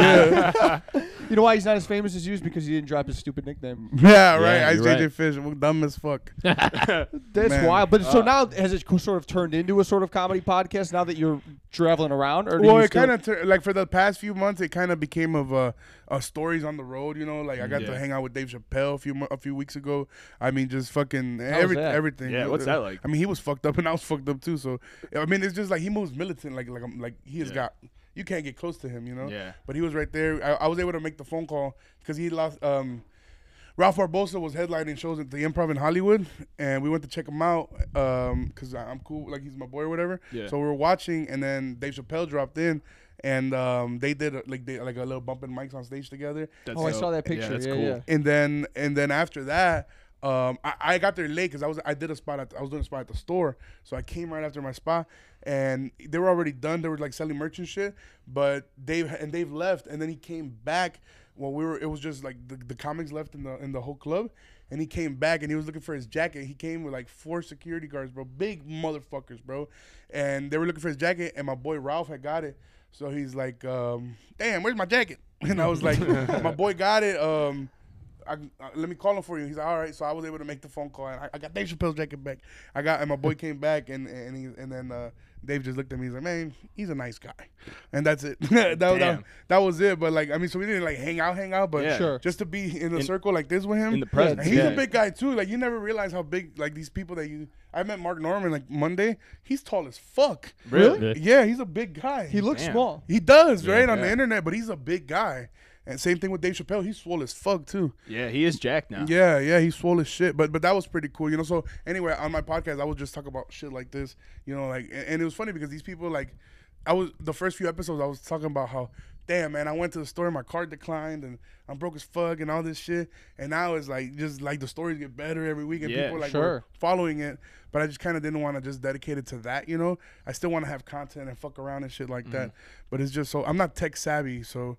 he- you know why he's not as famous as you is because he didn't drop his stupid nickname.
yeah, right. Ice
you're
JJ
right.
Fish. We're dumb as fuck.
That's
Man. Uh,
wild. But so now has it co- sort of turned into a sort of comedy podcast now that you're traveling around? Or do
well,
you
it
still-
kind of tur like for the past few months, it kind of became of uh, uh, stories on the road. You know, like I got
Yeah.
to hang out with Dave Chappelle a few mo- a few weeks ago. I mean, just fucking
was
every-
that?
everything.
Yeah, what's that like?
I mean, he was fucked up and I was fucked up too. So I mean, it's just like he moves militant. Like like I'm like he has got. You can't get close to him, you know.
Yeah.
But he was right there. I, I was able to make the phone call because he lost. Um, Ralph Barbosa was headlining shows at the Improv in Hollywood, and we went to check him out because I I'm cool, like he's my boy or whatever.
Yeah.
So we were watching, and then Dave Chappelle dropped in, and um, they did a, like they, like a little bumping mics on stage together,
That's
Oh, I
dope.
saw that picture.
Yeah, that's
yeah,
cool.
yeah.
and then and then after that. Um, I, I got there late because I was I did a spot at, I was doing a spot at the store so I came right after my spot and they were already done they were like selling merch and shit but Dave and Dave left and then he came back when we were it was just like the, the comics left in the in the whole club and he came back and he was looking for his jacket. He came with like four security guards, bro, big motherfuckers, bro, and they were looking for his jacket. And my boy Ralph had got it, so he's like, um, "Damn, where's my jacket?" And I was like, "My boy got it. Um, I, uh, let me call him for you." He's like, "All right." So I was able to make the phone call, and I, I got Dave Chappelle's jacket back. I got, and my boy came back, and and he, and then uh, Dave just looked at me. He's like, "Man, he's a nice guy," and that's it. that, that
Damn.
that was it. But like, I mean, so we didn't like hang out, hang out, but
Yeah.
Sure.
just to be in a circle like this with him
in the presence,
And he's
yeah.
a big guy too. Like you never realize how big like these people that you. I met Mark Norman like Monday. He's tall as fuck.
Really?
Yeah, he's a big guy.
He looks
Damn.
small.
He does right on
yeah.
the internet, but he's a big guy. And same thing with Dave Chappelle. He's swole as fuck too.
Yeah, he is Jack now.
Yeah, yeah, he's swole as shit. But but that was pretty cool, you know. So anyway, on my podcast, I was just talking about shit like this, you know, like and, and it was funny because these people like, I was the first few episodes I was talking about how, damn man, I went to the store, my card declined, and I'm broke as fuck, and all this shit. And now it's like just like the stories get better every week, and
Yeah,
people like
sure.
were following it. But I just kind of didn't want to just dedicate it to that, you know. I still want to have content and fuck around and shit like that.
Mm-hmm.
But it's just so I'm not tech savvy, so.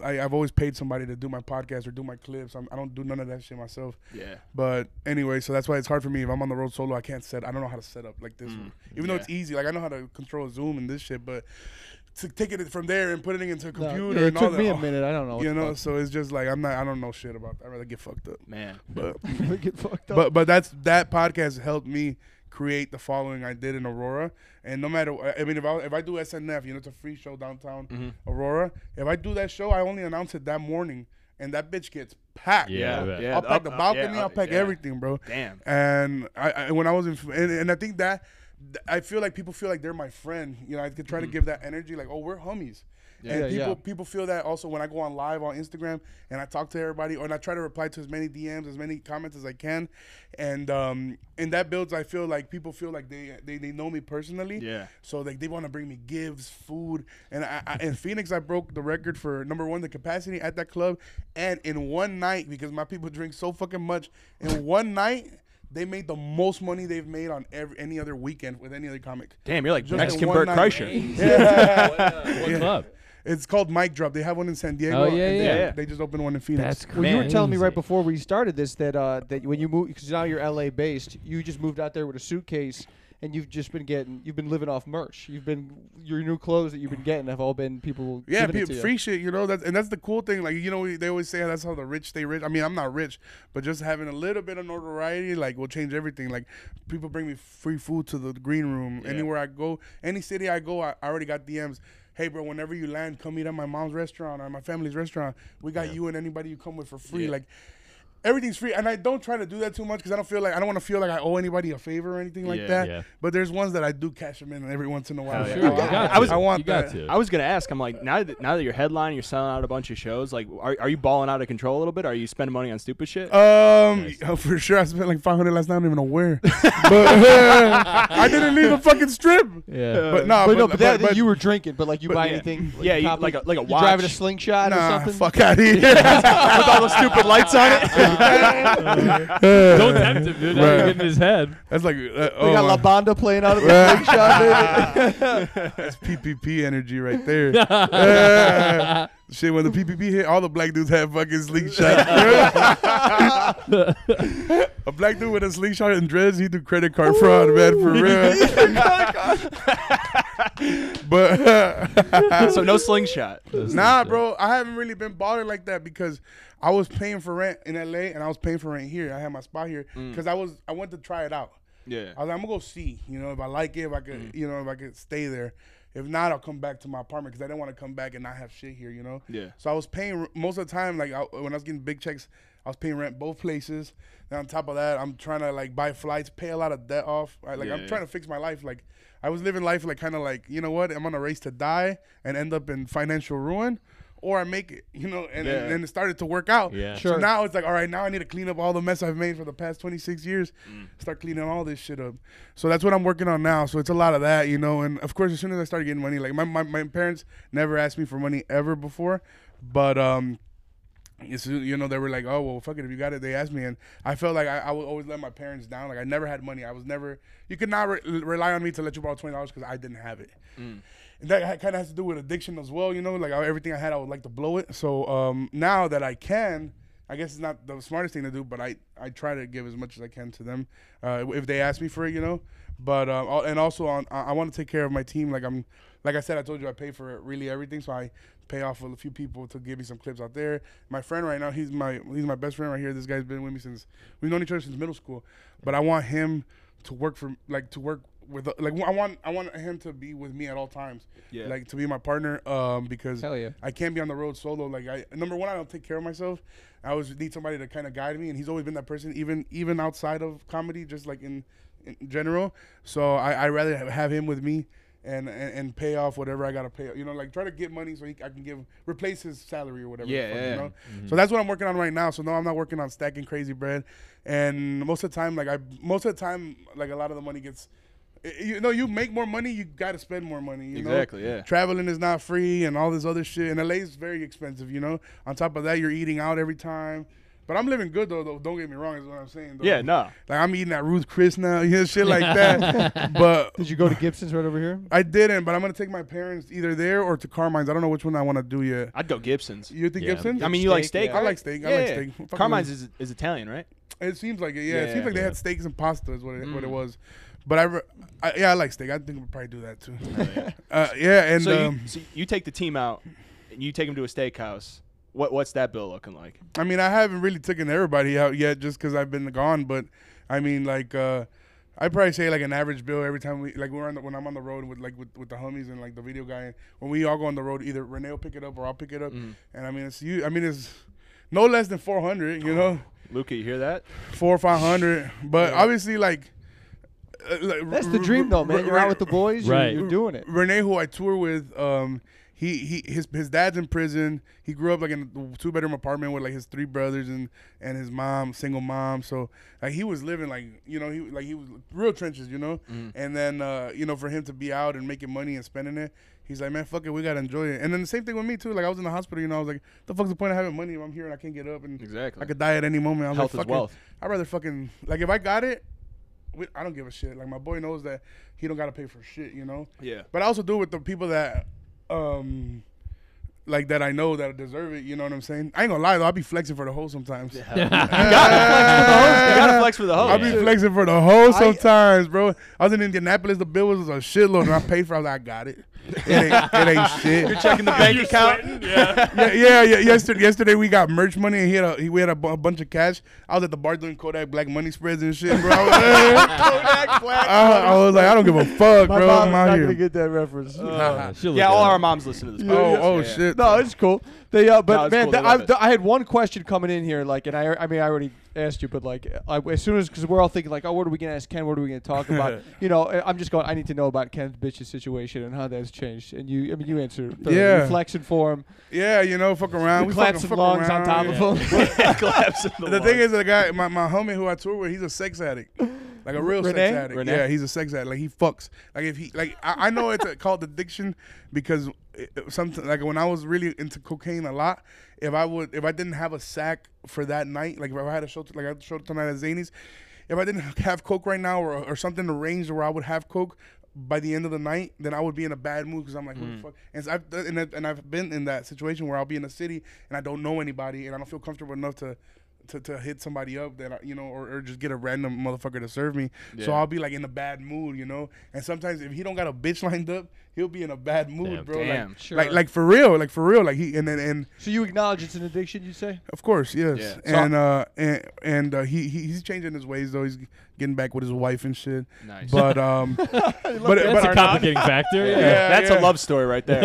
I, I've always paid somebody to do my podcast or do my clips. I'm, I don't do none of that shit myself.
Yeah.
But anyway, so that's why it's hard for me. If I'm on the road solo, I can't set. I don't know how to set up like this. one. Even though
Mm, yeah.
it's easy, like I know how to control Zoom and this shit, but to taking it from there and putting it into a
No,
computer
yeah, it
and all
took
that.
me a
oh,
minute. I don't know. what
You
the
know, so it's just like I'm not. I don't know shit about. That. I'd rather get fucked up.
man.
But
fuck. We get fucked up.
but but that's that podcast helped me create the following I did in Aurora. And no matter, I mean, if I if I do SNF, you know, it's a free show downtown
Mm-hmm.
Aurora. If I do that show, I only announce it that morning, and that bitch gets packed.
Yeah, I bet.
yeah,
I'll pack
up-
the
up-
balcony.
yeah,
I'll
up-
pack
yeah.
everything, bro.
Damn.
And I, I when I was in, and, and I think that th- I feel like people feel like they're my friend. You know, I could
Mm-hmm.
try to give that energy, like, oh, we're homies. and
Yeah,
people
yeah.
people feel that also when I go on live on Instagram and I talk to everybody or and I try to reply to as many DMs, as many comments as I can, and um and that builds. I feel like people feel like they they, they know me personally.
Yeah.
So like they want to bring me gifts, food, and I, I in Phoenix I broke the record for number one the capacity at that club, and in one night because my people drink so fucking much in one night. They made the most money they've made on every any other weekend with any other comic.
Damn, you're like
Just
Mexican
in one
Bert
night.
Kreischer.
Yeah.
What club?
It's called Mic Drop. They have one in San Diego.
Oh, yeah,
and
yeah.
They, they just opened one in Phoenix.
That's crazy.
Well, you were telling me right before we started this that uh, that when you moved, because now you're LA based, you just moved out there with a suitcase, and you've just been getting, you've been living off merch. You've been your new clothes that you've been getting have all been people.
yeah,
giving it
pe-
to you.
free shit, you know. That's and that's the cool thing. Like you know, they always say that's how the rich stay rich. I mean, I'm not rich, but just having a little bit of notoriety, like, will change everything. Like, people bring me free food to the green room anywhere I go, any city I go. I, I already got DMs. Hey, bro, whenever you land, come eat at my mom's restaurant or my family's restaurant. We got you and anybody you come with for free. Like. Everything's free, and I don't try to do that too much because I don't feel like I don't want to feel like I owe anybody a favor or anything like
Yeah.
that.
Yeah.
But there's ones that I do cash them in every once in a while.
Sure,
Like, oh,
you
I,
got
I,
to.
was, I want
you got
that.
to.
I was gonna ask. I'm like, now that now that you're headlining, you're selling out a bunch of shows. Like, are, are you balling out of control a little bit? Are you spending money on stupid shit?
Um, oh, for sure. I spent like 500 last night. I don't even know where. but I didn't leave the fucking strip.
Yeah.
But uh, nah,
But,
but,
no, but, that,
but-
you were drinking, but like you buy
yeah.
anything.
Yeah, you-
copy-
like a- like a
you driving a
watch.
slingshot or
nah,
something.
fuck out of here.
With all the stupid lights on it.
Don't tempt him, dude. That'll
Right.
get in his head.
That's like uh,
We
oh,
got La
my-
Banda playing out of the slingshot. dude.
that's PPP energy right there. Yeah. Shit, when the PPP hit, all the black dudes had fucking slingshots. a black dude with a slingshot and dreads, he do credit card fraud, man, for real. but.
so no slingshot.
Nah, bro, I haven't really been balling like that because I was paying for rent in LA and I was paying for rent here. I had my spot here because I was I went to try it out.
Mm. Yeah. Mm.
I was like, I'm gonna go see, you know, if I like it, if I could, you know, if I could stay there. If not, I'll come back to my apartment because I didn't want to come back and not have shit here, you know.
Yeah.
So I was paying r- most of the time, like I, when I was getting big checks, I was paying rent both places. And on top of that, I'm trying to like buy flights, pay a lot of debt off. I, like I'm
Yeah.
trying to fix my life. Like I was living life like kind of like you know what? I'm on a race to die and end up in financial ruin. Or I make it, you know, and,
Yeah.
and, and it started to work out.
Yeah.
So
Sure.
now it's like, all right, now I need to clean up all the mess I've made for the past 26 years. Start cleaning all this shit up. So that's what I'm working on now. So it's a lot of that, you know. And of course, as soon as I started getting money, like my, my, my parents never asked me for money ever before, but um, it's, you know, they were like, oh, well, fuck it. If you got it, they asked me. And I felt like I, I would always let my parents down. Like, I never had money. I was never, you could not re- rely on me to let you borrow $20 because I didn't have it. And that kind of has to do with addiction as well, you know? Like, I, everything I had, I would like to blow it. So um, now that I can, I guess it's not the smartest thing to do, but I, I try to give as much as I can to them uh, if they ask me for it, you know? But, um, al- and also, on, I, I want to take care of my team. Like, I'm, like I said, I told you I pay for really everything, so I pay off with a few people to give me some clips out there. My friend right now, he's my he's my best friend right here. This guy's been with me since we've known each other since middle school. But I want him to work for like to work with like I want I want him to be with me at all times.
Yeah.
Like to be my partner um because
Hell yeah.
I can't be on the road solo. Like I number one, I don't take care of myself. I always need somebody to kind of guide me, and he's always been that person, even even outside of comedy, just like in in general. So I I rather ha- have him with me. And, and, and pay off whatever I gotta pay. You know, like try to get money so he, I can give replace his salary or whatever. the
Yeah,
fuck,
yeah. Mm-hmm.
You know? So that's what I'm working on right now. So no, I'm not working on stacking crazy bread. And most of the time, like I most of the time, like a lot of the money gets. You know, you make more money, you gotta spend more money. You know?
Exactly, yeah.
traveling is not free and all this other shit. And LA is very expensive, you know. On top of that, you're eating out every time. But I'm living good though. Though don't get me wrong, is what I'm saying. Though.
Yeah, no.
Like I'm eating at Ruth Chris now, you know, shit like that. but
Did you go to Gibson's right over here?
I didn't. But I'm gonna take my parents either there or to Carmine's. I don't know which one I want to do yet.
I'd go Gibson's.
You think
Yeah.
Gibson?
I mean, you like
Steak,
steak.
yeah.
I
right?
like steak. I
Yeah,
like
yeah.
steak. Fucking-
Carmine's is, is Italian, right?
It seems like it. Yeah,
Yeah, Mm.
it seems like they
yeah.
had steaks and pasta is what it, what it was. But I, re- I yeah, I like steak. I think we'll probably do that too. uh, yeah, and
Oh, so,
um,
you, so you take the team out, and you take them to a steakhouse. What what's that bill looking like?
I mean, I haven't really taken everybody out yet, just because I've been gone. But I mean, like, uh, I probably say like an average bill every time we like we're on the, when I'm on the road with like with, with the homies and like the video guy. When we all go on the road, either Renee will pick it up or I'll pick it up. And I mean, it's you. I mean, it's no less than four hundred. You know,
Luca, you hear that?
four or five hundred. But obviously, like, uh, like,
That's
R-
the dream, though,
R-
man.
R-
You're out with the boys. you're-
Right.
You're, doing it.
Renee, who I tour with, um, he, he his his dad's in prison. He grew up like in a two bedroom apartment with like his three brothers and and his mom, single mom. So like he was living like you know he like he was real trenches, you know.
Mm-hmm.
And then uh, you know for him to be out and making money and spending it, he's like, man, fuck it, we gotta enjoy it. And then the same thing with me too. Like I was in the hospital, you know, I was like, the fuck's the point of having money if I'm here and I can't get up and
Exactly.
I could die at any moment. I was
Health is
like, fuck it.
wealth.
I'd rather fucking like if I got it, we, I don't give a shit. Like my boy knows that he don't gotta pay for shit, you know.
Yeah.
But I also do it with the people that, um, like that I know that deserve it. You know what I'm saying? I ain't gonna lie though, I'll be flexing for the hoe sometimes.
you gotta flex for the
I'll
host.
be flexing for the hoe sometimes, bro. I was in Indianapolis. The bill was a shitload, and I paid for. it. I was like, I got it. It ain't, it ain't shit. You're
Checking the bank account.
yeah, yeah, yeah. Yesterday, yesterday we got merch money and he had a, he, we had a, bu- a bunch of cash. I was at the bar doing Kodak Black money spreads and shit, bro. I was,
Uh,
I, I was like, I don't give a fuck,
My
bro.
mom's
I'm
not
out
gonna
here.
get that reference.
Uh, she'll
Yeah,
look
all
it
our
up.
moms listen to this.
oh,
podcast.
oh
Yeah.
shit.
No, it's cool. They, uh, but
No, it's
man,
cool.
th-
They love
I,
it.
th- I had one question coming in here, like, and I, I mean, I already asked you, but like, I, as soon as because we're all thinking like, oh, what are we gonna ask Ken? What are we gonna talk about? you know, I- I'm just going. I need to know about Ken's bitches situation and how that's changed. And you, I mean, you answered. thoroughly. You
Yeah.
flexing for him.
Yeah, you know, fuck around.
We
We
clap
fucking
some
fuck
lungs on
around.
top
Yeah.
of him.
Collapse in
The thing
lungs.
is, the guy, my, my homie who I tour with, he's a sex addict, like a real
Renee?
sex addict.
Renee?
Yeah, he's a sex addict. Like he fucks. Like if he, like I, I know it's uh called addiction because something like when I was really into cocaine a lot, if I would, if I didn't have a sack for that night, like if I had a show, like I had a show tonight at Zany's, if I didn't have coke right now or or something arranged where I would have coke. By the end of the night, then I would be in a bad mood because I'm like, what the fuck? And, so I've, and, I've, and I've been in that situation where I'll be in a city and I don't know anybody and I don't feel comfortable enough to to, to hit somebody up that I, you know or, or just get a random motherfucker to serve me so i'll be like in a bad mood you know and sometimes if he don't got a bitch lined up he'll be in a bad mood
Damn.
bro Like-
Damn.
like, like for real like for real like he and then and
So you acknowledge it's an addiction, you say?
of course yes
Yeah. So-
and uh and and uh, he, he he's changing his ways though he's getting back with his wife and shit
Nice.
but um but
That's
but
a complicating factor. Yeah.
Yeah,
That's
yeah.
a love story right there.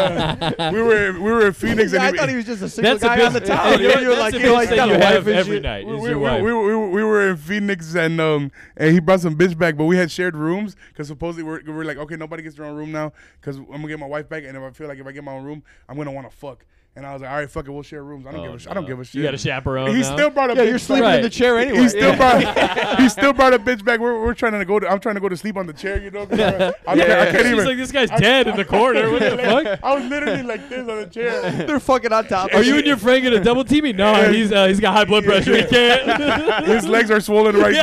yeah. we were we were in phoenix
Yeah,
and
I
he-
thought he was just a single
That's
guy
a
on the town.
That's
you know, you were
a
like,
bitch
you like
that
got
you
a wife
have
and
every
shit.
night. Is
we,
your
we-
wife.
we- we- we- we were in Phoenix and um and he brought some bitch back, but we had shared rooms because supposedly we're, we're like okay nobody gets their own room now because I'm gonna get my wife back and if I feel like if I get my own room I'm gonna want to fuck and I was like all right fuck it we'll share rooms I don't
Oh,
give a sh- I don't
no.
give a shit
You got a chaperone.
he
now?
still brought a
Yeah,
bitch
you're
back.
sleeping in the
Right.
chair anyway.
He still brought he still brought a bitch back. We're, we're trying to go to I'm trying to go to sleep on the chair, you know. 'cause I, I, can't- I can't
She's
even.
like, this guy's dead in the corner. What the fuck?
I was literally like this on the chair.
They're fucking on top.
Are you and your friend gonna double team me? No, he's uh, he's got high blood pressure. He can't.
His legs are swollen right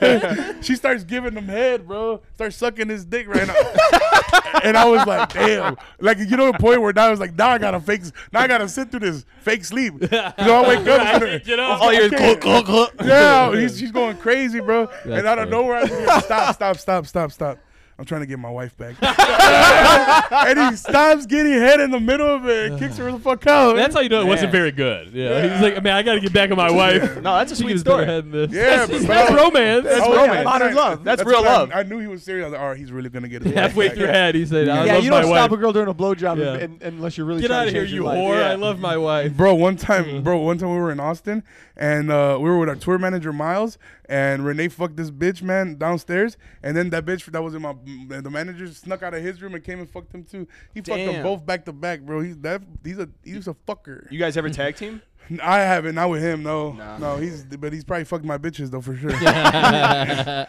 now. she starts giving him head, bro. Starts sucking his dick right now. and I was like, damn. Like, you know, the point where now I was like, now I gotta fake, now I gotta sit through this fake sleep. You know, I wake up. it's gonna-
you know?
All yours.
Okay.
Cluck, cluck, cluck.
yeah, he's, he's going crazy, bro. and out of
funny.
nowhere, I just hear, stop, stop, stop, stop, stop. I'm trying to get my wife back. and he stops getting head in the middle of it and kicks her the fuck out.
That's how you know it wasn't
Man.
very good. Yeah, he's like, man, I gotta get back on my wife.
No, that's a
She
sweet
gives better
story.
head than this.
Yeah,
that's,
but-
that's romance.
That's
Oh, yeah,
romance.
Modern love.
That's,
what
real
I-
love.
I, knew he was serious. I was like, all right, he's really gonna get his wife
Halfway
back.
through head, he said, "I
Yeah,
love
you
my
don't
wife."
stop a girl during a blowjob
Yeah.
and, and, unless you're really
Get
trying
out of
to
here,
change
you
your life.
whore!
Yeah.
I love my wife.
Bro, one
Mm-hmm.
time, bro, one time we were in Austin and uh, we were with our tour manager Miles and Renee fucked this bitch man downstairs and then that bitch that was in my the manager snuck out of his room and came and fucked him too. He fucked them
Damn.
both back to back, bro. He's that he's a he's a fucker.
You guys ever tag team?
I haven't not with him, no,
Nah.
no. He's but he's probably fucked my bitches though for sure.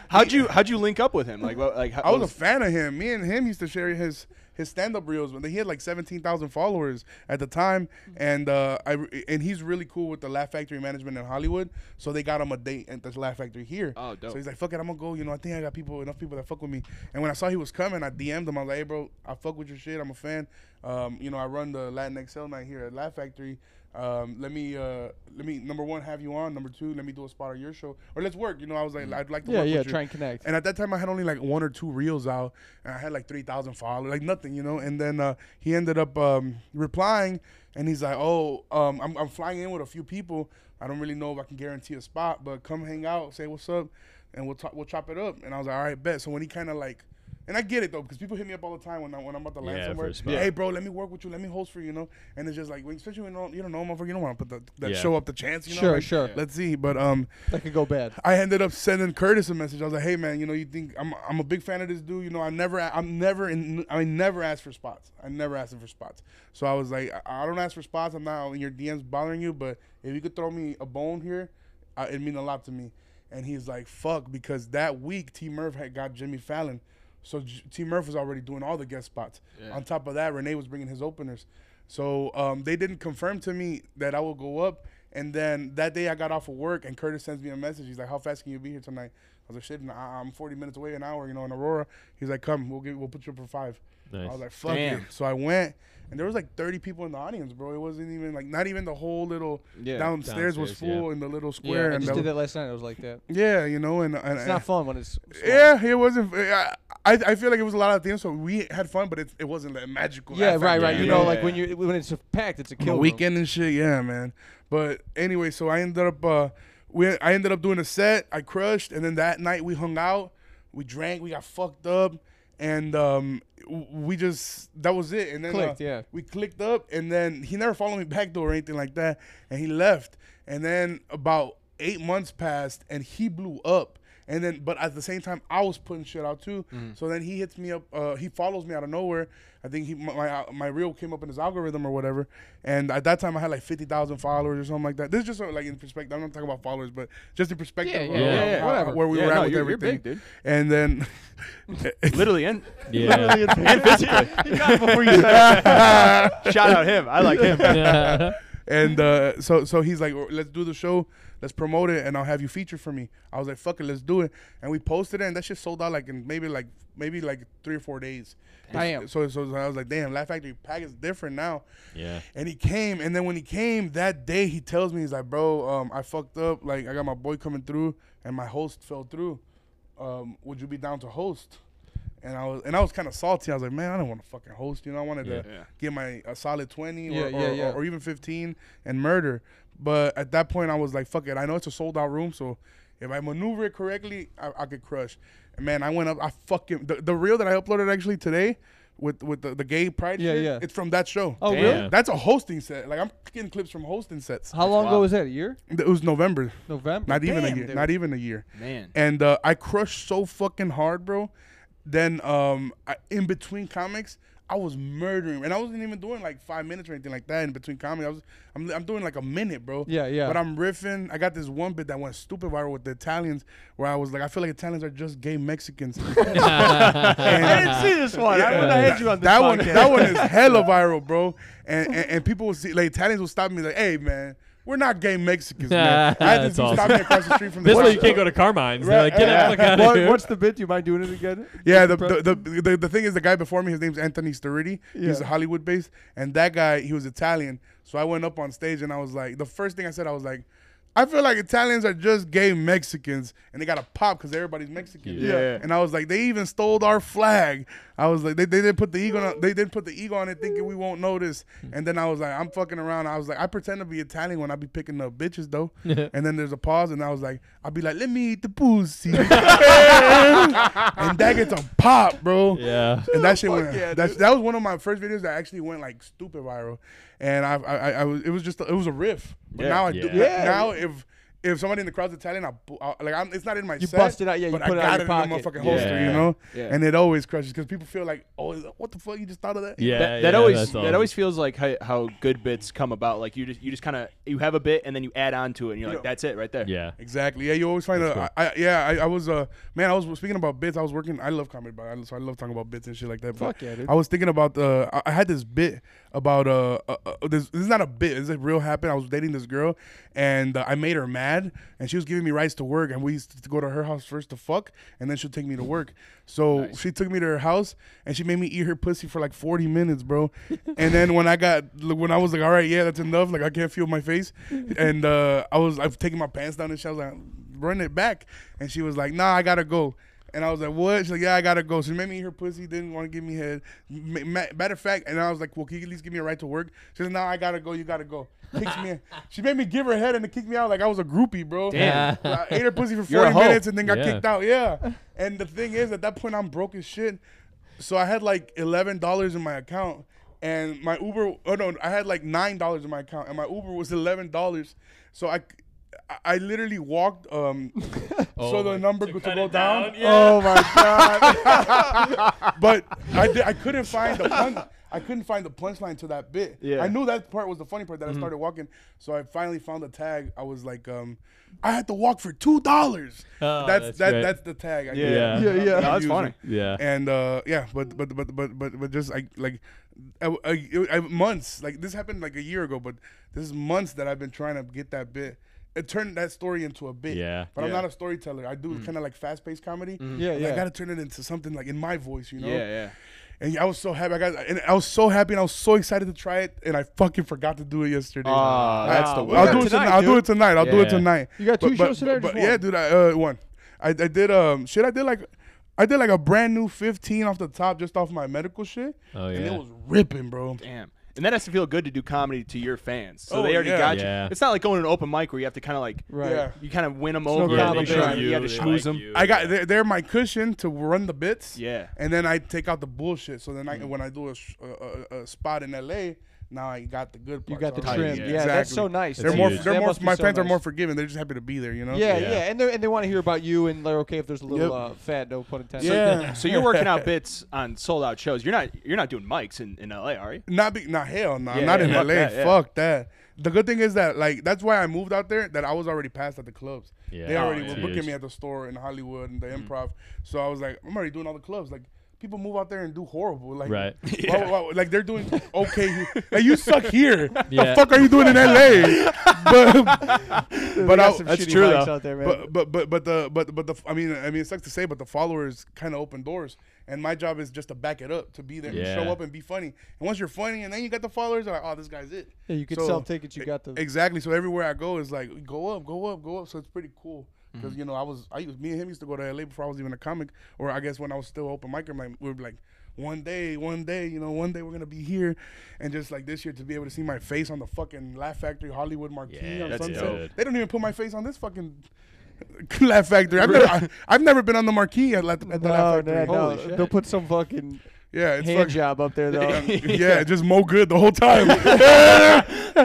How'd you How'd you link up with him? Like, what, like how,
I was a fan of him. Me and him used to share his his stand up reels when he had like seventeen thousand followers at the time, and uh, I and he's really cool with the Laugh Factory management in Hollywood. So they got him a date at this Laugh Factory here.
Oh, dope.
So he's like, "Fuck it, I'm gonna go." You know, I think I got people enough people that fuck with me. And when I saw he was coming, I DM'd him. I was like, "Hey, bro, I fuck with your shit. I'm a fan. Um, you know, I run the Latin Excel night here at Laugh Factory." um, let me uh, let me number one have you on. Number two, let me do a spot on your show, or let's work. You know, I was like, I'd like to
Mm. Yeah,
work
yeah,
with you.
try and connect.
And at that time, I had only like one or two reels out, and I had like three thousand followers, like nothing, you know. And then uh, he ended up um, replying, and he's like, "Oh, um, I'm, I'm flying in with a few people. I don't really know if I can guarantee a spot, but come hang out, say what's up, and we'll talk, we'll chop it up." And I was like, "All right, bet." So when he kind of like. And I get it though, because people hit me up all the time when, I, when I'm about to land
Yeah, for
somewhere.
a spot.
Hey, bro, let me work with you. Let me host for you, you know. And it's just like, when- especially when you don't, you don't know, motherfucker, you don't want to put the, that
Yeah.
show up the chance, you know.
Sure,
like,
sure.
Let's see, but um,
That could go bad.
I ended up sending Curtis a message. I was like, "Hey man, you know, you think I'm I'm a big fan of this dude. You know, I never I'm never in I never ask for spots. I never ask him for spots. So I was like, I I don't ask for spots. I'm not in your DMs bothering you, but if you could throw me a bone here, uh, it mean a lot to me. And he's like, "Fuck," because that week T Murph had got Jimmy Fallon, so J- T Murph was already doing all the guest spots. On top of that, Renee was bringing his openers. So um, they didn't confirm to me that I will go up. And then that day I got off of work and Curtis sends me a message. He's like, "How fast can you be here tonight?" I was like, "Shit, I- I'm 40 minutes away, an hour, you know, in Aurora." He's like, "Come, we'll get, we'll put you up for five. I
Nice.
was like, "Fuck
Damn.
it." So I went, and there was like 30 people in the audience, bro. It wasn't even like not even the whole little
Yeah,
downstairs, was
downstairs, yeah.
full in the little square.
Yeah, I
and
just
that
did
was-
that last night. It was like that.
yeah, you know, and, and
It's not fun when it's.
yeah, it wasn't. I, I I feel like it was a lot of things. So we had fun, but it, it wasn't that magical.
Yeah,
effect,
right, right.
you
You know, like when you when it's packed, it's a
the
kill. room.
weekend and shit. Yeah, man. But anyway, so I ended up uh, we I ended up doing a set. I crushed, and then that night we hung out, we drank, we got fucked up, and um, w- we just that was it. And then uh,
Clicked, yeah.
we clicked up, and then he never followed me back though or anything like that, and he left. And then about eight months passed, and he blew up. And then, but at the same time, I was putting shit out too.
Mm-hmm.
So then he hits me up. Uh, he follows me out of nowhere. I think he my my, my reel came up in his algorithm or whatever. And at that time, I had like fifty thoustive followers or something like that. This is just so, like in perspective. I'm not talking about followers, but just in perspective.
Yeah,
of,
yeah,
uh,
yeah,
how-
yeah,
whatever.
Where we
Yeah,
were at
no,
with
you're- you're
everything.
big, dude.
And then,
Literally, and
Yeah.
and physically.
He got it before you said it.
Shout out him. I like him.
and uh, so so he's like, let's do the show, let's promote it, and I'll have you feature for me. I was like, fuck it, let's do it. And we posted it, and that shit sold out like in maybe like maybe like three or four days.
Damn.
So so I was like, damn, Laugh Factory pack is different now.
yeah.
And he came, and then when he came that day, he tells me he's like, bro, um, I fucked up. Like I got my boy coming through, and my host fell through. Um, would you be down to host? And I was and I was kind of salty. I was like, man, I don't want to fucking host. You know, I wanted to
Yeah.
get my a solid twenty or,
Yeah, yeah,
or,
yeah.
or even fifteen and murder. But at that point, I was like, fuck it. I know it's a sold out room, so if I maneuver it correctly, I, I could crush. And man, I went up. I fucking the, the reel that I uploaded actually today. With, with the, the gay pride
Yeah,
shit,
yeah.
it's from that show.
Oh,
Damn.
really?
That's a hosting set. Like I'm getting clips from hosting sets.
How long ago
wild.
was that? A year?
It was November.
November.
Not even
Damn,
a year.
dude.
Not even a year.
Man.
And uh, I crushed so fucking hard, bro. Then um, I, in between comics, I was murdering, and I wasn't even doing like five minutes or anything like that in between comics. I was, I'm, I'm doing like a minute, bro.
Yeah, yeah.
But I'm riffing. I got this one bit that went stupid viral with the Italians, where I was like, I feel like Italians are just gay Mexicans.
I didn't see this one. I
Yeah.
would have had you on this
that one,
podcast.
that one is hella viral, bro. And, and and people will see, like Italians will stop me, like, "Hey, man, we're not gay Mexicans, man." I had this
That's
dude stop
awesome.
me across the street from the
This way
bus
you can't
stop.
go to Carmine's. They're like, get
Yeah.
the fuck out of
What-
here.
what's the bit? You mind doing it again?
Yeah, the the, the the the thing is, the guy before me, his name's Anthony Staridi. He's
Yeah.
Hollywood based, and that guy, he was Italian. So I went up on stage and I was like, the first thing I said, I was like. I feel like Italians are just gay Mexicans, and they got a pop because everybody's Mexican.
Yeah.
Yeah.
And I was like, they even stole our flag. I was like, they, they didn't put the ego. On, they didn't put the ego on it, thinking we won't notice. And then I was like, I'm fucking around. I was like, I pretend to be Italian when I be picking up bitches though. and then there's a pause, and I was like, I'll be like, let me eat the pussy. and that gets a pop, bro.
yeah.
And that shit went.
yeah,
that, that was one of my first videos that actually went like stupid viral, and I I, I, I was it was just it was a riff. But
Yeah.
now I do,
Yeah.
Yeah.
now if if somebody in the crowd's Italian, I, bu- I like I'm, it's not in my
You
set,
bust it out, yeah, you
but
put
I
it
got
out of your
in my
pocket.
motherfucking holster,
Yeah.
you know.
Yeah.
And it always crushes because people feel like, oh, is that- what the fuck you just thought of that?
Yeah.
that, that always that always feels like how, how good bits come about. Like you just you just kind of you have a bit and then you add on to it and you're like
Yeah.
that's it right there.
Yeah.
Exactly. Yeah, you always find a.
cool.
I, I, yeah, I, I was uh man. I was speaking about bits. I was working. I love comedy, but I, so I love talking about bits and shit like that. But
Fuck yeah, dude.
I was thinking about uh, I, I had this bit about uh, uh, uh this, this is not a bit. This is real happened. I was dating this girl, and uh, I made her mad. mad, and she was giving me rides to work, and we used to go to her house first to fuck, and then she'd take me to work. So she took me to her house, and she made me eat her pussy for like 40 minutes, bro. and then when I got, when I was like, all right, yeah, that's enough. Like I can't feel my face, and uh, I was, I've taken my pants down, and she was like, run it back, and she was like, nah, I gotta go. And I was like, "What?" She's like, "Yeah, I gotta go." She made me eat her pussy. Didn't want to give me head. Ma- ma- Matter of fact, and I was like, "Well, can you at least give me a right to work?" She says, "No, I gotta go. You gotta go." Kicks me. She made me give her head and it kicked me out like I was a groupie, bro.
Damn.
I ate her pussy for
You're a
forty
hoe.
minutes and then got
Yeah.
kicked out. Yeah. And the thing is, at that point, I'm broke as shit. So I had like eleven dollars in my account, and my Uber. Oh no, I had like nine dollars in my account, and my Uber was eleven dollars. So I. I- I literally walked, um, so the number to, go down.
Oh my god.
But I, did, I couldn't find the pun- I couldn't find the punchline to that bit.
Yeah.
I knew that part was the funny part that I started walking. So I finally found the tag. I was like, um, I had to walk for two dollars.
Oh,
that's
that's
that,
great.
that's the tag. I
Yeah.
guess.
Yeah,
I'm
yeah.
not
That's
using-
funny.
Yeah.
And uh, yeah, but but but but but but just like like I, I, I, months like this happened like a year ago, but this is months that I've been trying to get that bit. It turned that story into a bit.
Yeah.
But I'm
Yeah. Mm.
not a storyteller. I do kind of like fast paced comedy.
Yeah,
And I
yeah.
gotta turn it into something like in my voice, you know.
Yeah, yeah.
And I was so happy. I got and I was so happy and I was so excited to try it and I fucking forgot to do it yesterday.
Aw, Ah, that's
I-
the
I'll
worst.
do it
Tonight,
tonight. I'll do
dude.
it tonight. I'll do
Yeah.
it tonight.
You got two shows today or
But,
just
yeah,
one?
dude. I, uh, one. I, I did um shit. I did like. I did like a brand new 15 off the top just off my medical shit.
Oh,
And it
yeah.
was ripping, bro.
Damn. And that has to feel good to do comedy to your fans. So
Oh,
they already
yeah.
got you.
Yeah.
It's not like going to an open mic where you have to kind of like
Right.
Yeah.
you kind of win them
no
over.
Yeah,
they
they
show
like
you, you have to schmooze them.
I got they're, they're my cushion to run the bits.
Yeah. Mm.
And then I take out the bullshit. So then I when I do a, sh- a, a, a spot in LA, now I got the good.
You
parts.
got the
already.
trim.
yeah.
Yeah, that's so nice.
They're
That's
more.
huge.
They're
That
more.
must be
My
so
fans are
nice.
more forgiving. They're just happy to be there. You know.
Yeah, yeah,
Yeah.
and they and they want to hear about you, and they're okay if there's a little
Yep.
uh, fat, no pun intended.
Yeah.
So you're working out bits on sold out shows. You're not you're not doing mics in, in LA, are you?
Not be not hell no.
Yeah,
not
yeah,
in
fuck
LA.
that, yeah.
Fuck that. The good thing is that like that's why I moved out there. That I was already passed at the clubs.
Yeah.
They
Oh,
already
yeah.
were
Huge.
booking me at the store in Hollywood and the
Mm.
improv. So I was like, I'm already doing all the clubs. Like people move out there and do horrible. Like
Right.
why- why- like they're doing okay. here. like you suck here. The
Yeah.
fuck are you doing in LA? but but I,
That's true, though.
Out there, man.
but but but but the but but the I mean I mean it sucks to say, but the followers kind of open doors, and my job is just to back it up, to be there,
Yeah.
and show up and be funny. And once you're funny, and then you got the followers, they're like, oh, this guy's it.
Yeah, you can
So- e,
sell tickets. You got the.
Exactly. So everywhere I go is like, go up, go up, go up. So it's pretty cool.
Mm-hmm.
Because you know, I was, I used, me and him used to go to LA before I was even a comic, or I guess when I was still open mic, I'm like, we were like, one day, one day, you know, one day we're gonna be here, and just like this year to be able to see my face on the fucking Laugh Factory Hollywood marquee
Yeah,
on
that's
Sunset.
dope.
They don't even put my face on this fucking Laugh Factory. I've never, I, have never been on the marquee at, La- at the Laugh
No,
Factory.
no, no.
Holy shit.
They'll put some fucking
Yeah, it's
hand
fucking, um,
job up there though.
yeah, just mo good the whole time.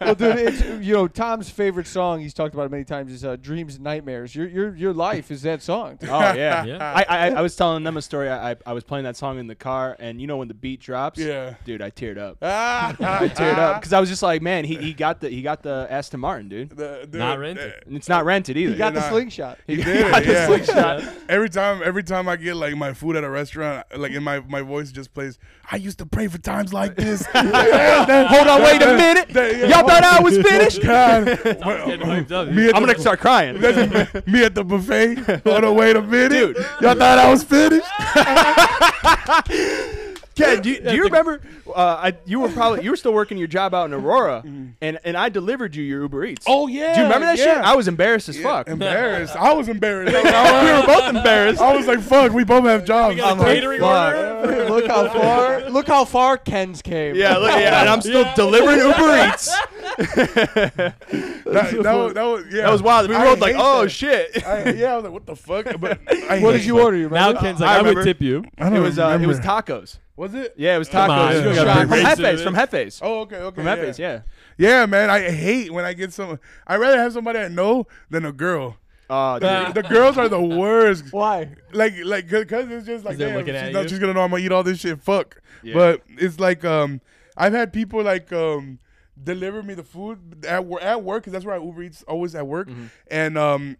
well, dude, it's, you know Tom's favorite song. He's talked about it many times. Is uh, "Dreams and Nightmares." Your your your life is that song. dude.
Oh yeah.
Yeah.
I, I I was telling them a story. I, I I was playing that song in the car, and you know when the beat drops,
Yeah.
dude, I teared up.
Ah,
I teared up because I was just like, man, he, he got the he got the Aston Martin, dude.
The- the-
Not rented.
And it's not rented either.
He got the
not-
slingshot.
He did it, yeah.
Yeah.
Every time, every time I get like my food at a restaurant, like in my my voice just plays. I used to pray for times like this. Hold
Hold on, wait a minute. Y'all thought I was finished?
Getting hyped up,
me
dude.
at
I'm
the-
gonna start crying.
me at the buffet. Hold on, wait a minute.
Dude.
Y'all thought I was finished.
Ken, do you, do you remember? Uh, I, you were probably you were still working your job out in Aurora, and and I delivered you your Uber Eats.
Mm-hmm. Oh,
Oh,
yeah.
do you remember that shit? I was embarrassed as fuck.
embarrassed. I was embarrassed. I
we were both embarrassed.
was, I was like, "Fuck, we both have jobs."
got
I'm like,
catering
"Fuck."
look how far look how far Ken's came.
Yeah, look, yeah, and I'm still
Yeah.
delivering Uber Eats.
That, that was, that was- yeah.
That was wild. We
I
rolled like,
hate
oh
that.
shit.
I, yeah, I was like, "What the fuck?" But I
What
hate
did you
that.
order? You
Now
remember?
Ken's
I
like, I, would
remember.
tip you.
I
It
don't
was uh, it was
remember.
tacos.
was it?
Yeah, it was
Come on,
tacos.
you
It was
gotta
from
be racist.
Hefe's. From Hefe's.
Oh, okay, okay.
From
yeah.
Hefe's. Yeah.
Yeah, man, I hate when I get some. I would rather have somebody I know than a girl.
Oh, dude.
The girls are the worst.
Why?
Like, like, cause 'cause it's just like,
they're
damn,
looking at
she's, not-
you.
she's gonna know I'm gonna eat all this shit. Fuck. But it's like, um, I've had people like, um, deliver me the food at work, at work, cause that's where I Uber Eats always at work,
Mm-hmm.
and um.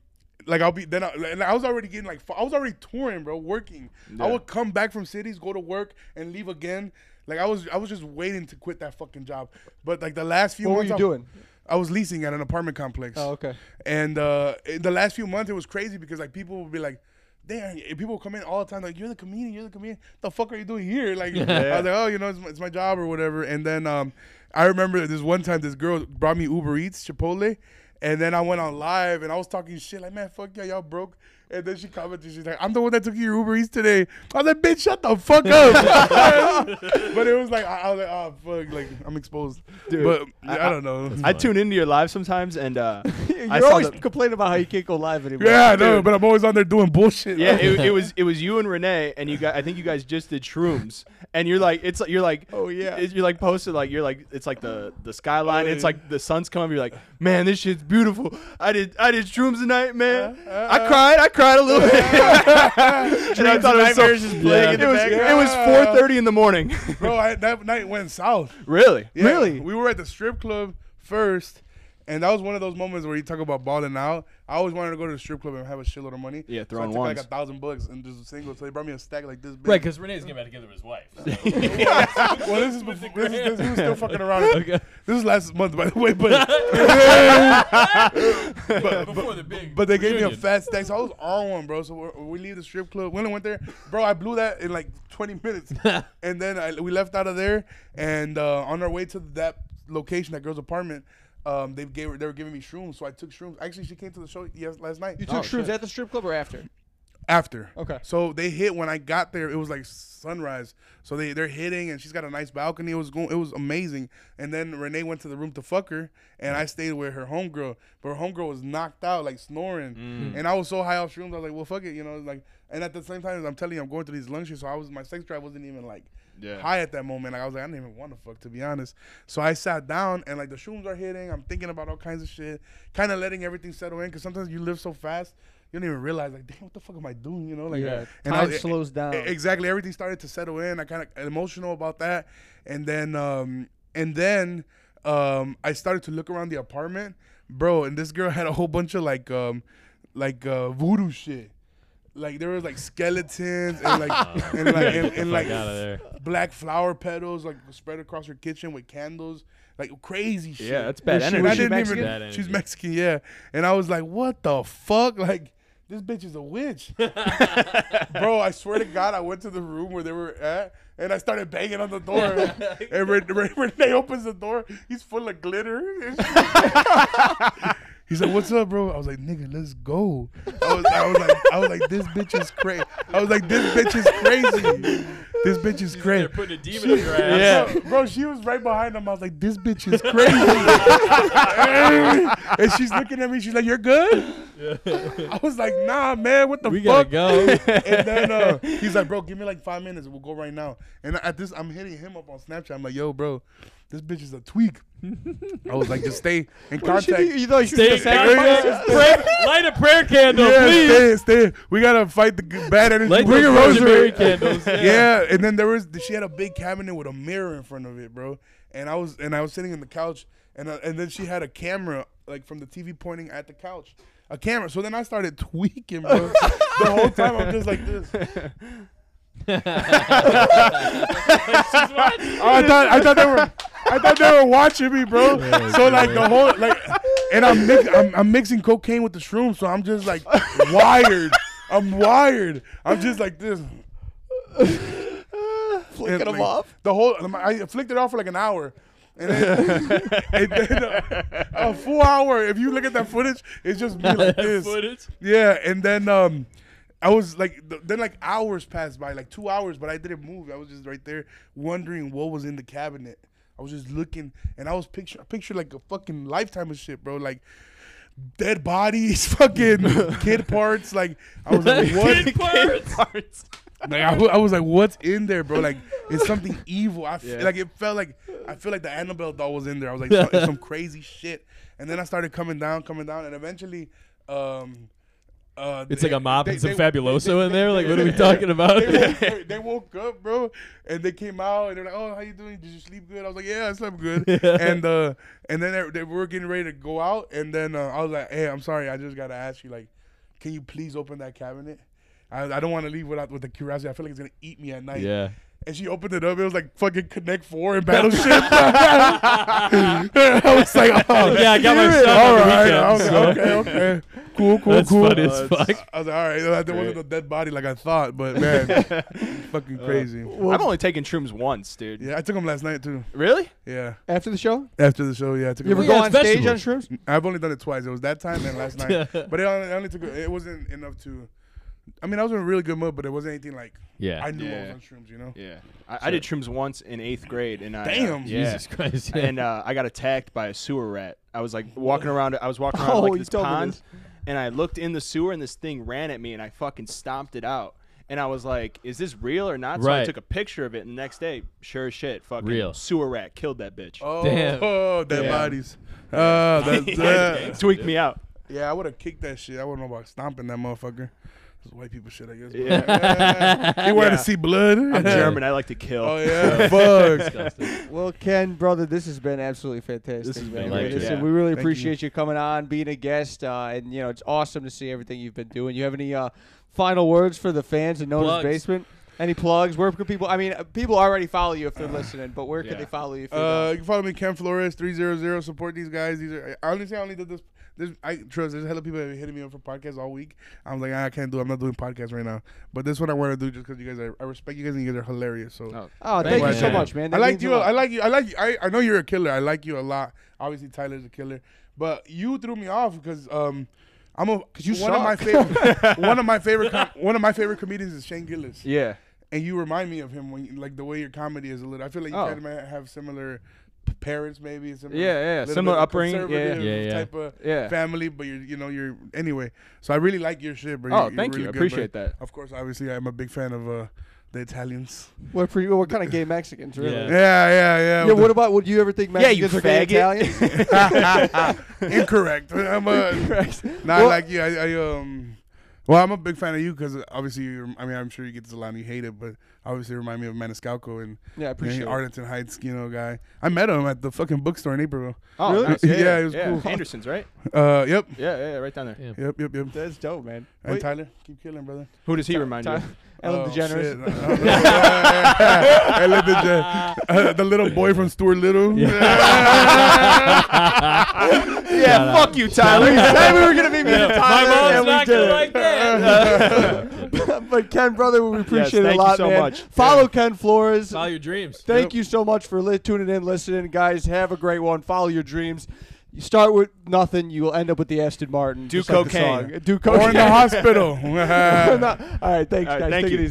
Like I'll be then I, and I was already getting like fu- I was already touring, bro, working. I would come back from cities, go to work, and leave again. Like I was I was just waiting to quit that fucking job. But like the last few
What were
months
you
I-
doing?
I was leasing at an apartment complex.
Oh, okay.
And uh, in the last few months, it was crazy because like people would be like, "Damn!" and People would come in all the time like, "You're the comedian. You're the comedian. The fuck are you doing here?" Like I was like, "Oh, you know, it's my, it's my job or whatever." And then um, I remember this one time, this girl brought me Uber Eats, Chipotle, and then I went on live and I was talking shit like, "Man, fuck yeah, y'all broke." And then she commented, she's like, "I'm the one that took your Uber Eats today." I was like, "Bitch, shut the fuck up!" but it was like, I, I was like, "Oh fuck, like I'm exposed."
Dude,
but
I-
I, don't know.
I tune into your live sometimes, and uh,
You're
I saw
always
the-
complaining about how you can't go live anymore.
Yeah, no, but I'm always on there doing bullshit.
yeah, it, it was it was you and Renee, and you got I think you guys just did shrooms, and you're like it's like you're like
Oh, yeah.
it- you're like posted like you're like it's like the the skyline,
Oh,
it's
yeah.
like the sun's coming, up, you're like man, this shit's beautiful. I did I did shrooms tonight, man.
Uh,
I cried, I cried a little bit. and I thought it was so,
nightmares just playing in
it
the
was
background.
it was 4:30 in the morning.
bro, I, that night went south.
really?
Yeah,
Really?
We were at the strip club first, and that was one of those moments where you talk about balling out. I always wanted to go to the strip club and have a shitload of money.
Yeah,
so I
throwing
took like
ones.
a thousand bucks and just single. So they brought me a stack like this big.
Right, because Renee's getting back together with his wife.
well, this is before, this is this, he was still fucking around.
Okay.
This is last month, by the way, but
Before the big.
but they gave me a
reunion.
fat stack. So I was on one, bro. So we're, we leave the strip club. When I went there, bro, I blew that in like 20 minutes, and then I, we left out of there. And uh, on our way to that location, that girl's apartment, um, they gave her, they were giving me shrooms. So I took shrooms. Actually, she came to the show yes last night.
You
oh,
took shrooms at the strip club or after?
After.
Okay.
So they hit when I got there. It was like sunrise. So they they're hitting, and she's got a nice balcony. It was going. It was amazing. And then Renee went to the room to fuck her, and I stayed with her homegirl. But her homegirl was knocked out, like snoring, and I was so high off shrooms. I was like, well, fuck it, you know, like. And at the same time, I'm telling you, I'm going through these lunches, so I was my sex drive wasn't even like
Yeah.
high at that moment. Like I was like, I didn't even want to fuck, to be honest. So I sat down and like the shrooms are hitting. I'm thinking about all kinds of shit, kind of letting everything settle in because sometimes you live so fast. You don't even realize, like, damn, what the fuck am I doing? You know, like,
Yeah,
and
time
I was-
slows down.
e- Exactly, everything started to settle in. I kind of emotional about that, and then, um, and then, um, I started to look around the apartment, bro. And this girl had a whole bunch of like, um, like uh, voodoo shit. Like there was like skeletons and like and like and, and, like
outta there.
black flower petals like spread across her kitchen with candles, like crazy shit.
Yeah, that's bad
Is she-
energy.
And I
Was
didn't
Mexican?
even.
Bad
She's
energy.
Mexican, yeah. And I was like, "What the fuck?" Like. This bitch is a witch, bro. I swear to God, I went to the room where they were at, and I started banging on the door. and Ren- Ren- Renee opens the door. He's full of glitter. He's like, "What's up, bro?" I was like, "Nigga, let's go." I was, I was like, I was like, "This bitch is crazy." I was like, "This bitch is crazy. This bitch is
They're
crazy."
putting a demon in your ass.
Yeah.
Bro, bro, she was right behind him. I was like, this bitch is crazy. and she's looking at me. She's like, you're good? I was like, nah, man, what the
We gotta
fuck?
go.
And then uh, he's like, bro, give me like five minutes. We'll go right now. And at this, I'm hitting him up on Snapchat. I'm like, yo, bro, this bitch is a tweak. I was like, just stay in contact.
You thought you
Stay,
should sacrifice?
Pray- light a prayer candle,
yeah,
please.
stay, stay. We gotta fight the g- bad energy.
Light
Bring
those
a rosary.
rosemary candles.
Yeah.
Yeah.
and then there was she had a big cabinet with a mirror in front of it, bro. And I was and I was sitting on the couch, and I, and then she had a camera like from the TV pointing at the couch, a camera. So then I started tweaking, bro. the whole time I'm just like this. Oh, I thought I thought they were I thought they were watching me, bro. so like the whole like, and I'm, mix, I'm I'm mixing cocaine with the shroom, so I'm just like wired. I'm wired. I'm just like this.
Flicking
And,
them
like,
off?
The whole I flicked it off for like an hour. And then, and then a, a full hour. If you look at that footage, it's just me like this.
Footage.
Yeah, and then um, I was like, th- then like hours passed by, like two hours, but I didn't move. I was just right there wondering what was in the cabinet. I was just looking, and I was picture I pictured like a fucking lifetime of shit, bro. Like dead bodies, fucking kid parts. Like I was like, what?
Kid parts.
Like I, wa- I was like, what's in there, bro? Like it's something evil. I f-
Yeah.
like it felt like I feel like the Annabelle doll was in there. I was like, some, it's some crazy shit. And then I started coming down, coming down, and eventually, um, uh,
It's like a mop
they-
and some
they-
Fabuloso in there. Like, what are we talking about?
they woke, they woke up, bro, and they came out and they're like, "Oh, how you doing? Did you sleep good?" I was like, "Yeah, I slept good." and uh, and then they, they were getting ready to go out, and then uh, I was like, "Hey, I'm sorry, I just gotta ask you, like, can you please open that cabinet? I, I don't want to leave without with the curiosity. I feel like it's gonna eat me at night."
Yeah.
and she opened it up. It was like fucking Connect Four and Battleship. I was like, oh,
Yeah, I got my
shit.
son
All
on the
right,
weekend, so.
okay, okay, cool, cool,
That's
cool.
funny as fuck.
I was like, all right, that wasn't a dead body like I thought, but man, fucking crazy.
I've only taken shrooms once, dude.
yeah, I took them last night too.
Really?
Yeah,
After the show,
after the show, yeah, I took
you ever
them.
Yeah,
go
it's
on stage on
vegetables.
shrooms?
I've only done it twice. It was that time and last night. But it only, I only took it wasn't enough to. I mean, I was in a really good mood, but it wasn't anything like
Yeah.
I knew
Yeah.
I was on shrooms. You know,
Yeah. I, I did shrooms once in eighth grade, and I uh,
Damn.
yeah.
Jesus Christ. Yeah.
and uh, I got attacked by a sewer rat. I was like walking around. I was walking around
Oh,
like
you
this
told me
pond,
this.
and I looked in the sewer, and this thing ran at me, and I fucking stomped it out. And I was like, "Is this real or not?" So I
Right.
took a picture of it. And the next day, sure as shit, fucking
Real.
sewer rat killed that bitch.
oh,
Damn.
oh, dead
Yeah.
bodies. Oh, that's that.
Tweaked me out.
Yeah, I would have kicked that shit. I wouldn't know about stomping that motherfucker. It's white people shit, I guess.
Yeah.
you wanted
Yeah.
to see blood?
I'm German. I like to kill.
Oh yeah, fuck.
Disgusting.
Well, Ken, brother, this has been absolutely fantastic.
This has been
man.
electric.
Listen,
Yeah.
we really
Thank
appreciate you. coming on, being a guest, uh, and you know it's awesome to see everything you've been doing. You have any uh, final words for the fans in Nona's
Plugs.
basement? Any plugs? Where can people? I mean, uh, people already follow you if they're listening, but where can
yeah.
they follow you? If you're
Uh,
not?
you can follow me, Ken Flores three zero zero. Support these guys. These are I honestly I only did this. This I trust. There's hella people that been hitting me up for podcasts all week. I'm like, "Ah, I can't do. it. I'm not doing podcasts right now. But this one I want to do just because you guys are. I respect you guys and you guys are hilarious. So
oh, thank
thank
you
you,
so
man.
much, man. That
I like
means a
you.
lot.
I like you. I like you. I, I know you're a killer. I like you a lot. Obviously, Tyler's a killer, but you threw me off because um, I'm a because
you
one of my
suck.
favorite one of my favorite com- one of my favorite comedians is Shane Gillis,
Yeah.
and you remind me of him when you- like the way your comedy is a little. I feel like you
Oh.
kind of have similar p- parents, maybe similar,
Yeah, yeah,
little
similar
bit of
upbringing, yeah,
conservative
yeah. Yeah, yeah.
type of
Yeah.
family. But you're you know you're anyway. So I really like your shit, bro.
Oh,
You're- you're
thank you.
really
I
good, bro.
appreciate that.
Of course, obviously, I'm a big fan of uh, the Italians.
we're, pretty, we're kind of gay Mexicans, really.
Yeah.
Yeah, yeah, yeah.
Yeah,
with the-
what about would you ever think
Yeah, you
Mexicans are gay
faggot.
Italians?
Incorrect. I'm a not
Well-
like you. I, I um. Well, I'm a big fan of you because obviously, you I mean, I'm sure you get this a lot and you hate it, but obviously, you remind me of Maniscalco and
Yeah, I appreciate
you
it.
know, Arlington Heights, you know, guy. I met him at the fucking bookstore in April.
Oh,
Really?
nice.
Uh, Yeah, it was cool.
Anderson's, right?
Uh, yep,
Yeah, yeah, yeah, right down there.
yep, yep, yep.
That's dope, man.
And
Wait,
Tyler, keep killing, brother.
Who does he remind you? of?
Ellen
Oh,
DeGeneres.
shit. I don't know. Ellen DeGeneres. Uh, the little boy from Stuart Little.
Yeah, fuck you, Tyler.
Hey, we were gonna be mean to
My
Tyler, and
mom's
we
not
did
gonna
it.
like that.
but Ken, brother, we appreciate it
thank
a
you
lot,
so
man.
much.
Follow Ken Flores.
Follow your dreams.
Thank you so much for li- tuning in, listening, guys. Have a great one. Follow your dreams. You start with nothing, you will end up with the Aston Martin.
Do
just like the
cocaine.
song. Do
or in the
cocaine.
hospital.
All right, thanks,
All
guys.
right, thank
Take it
you.
easy.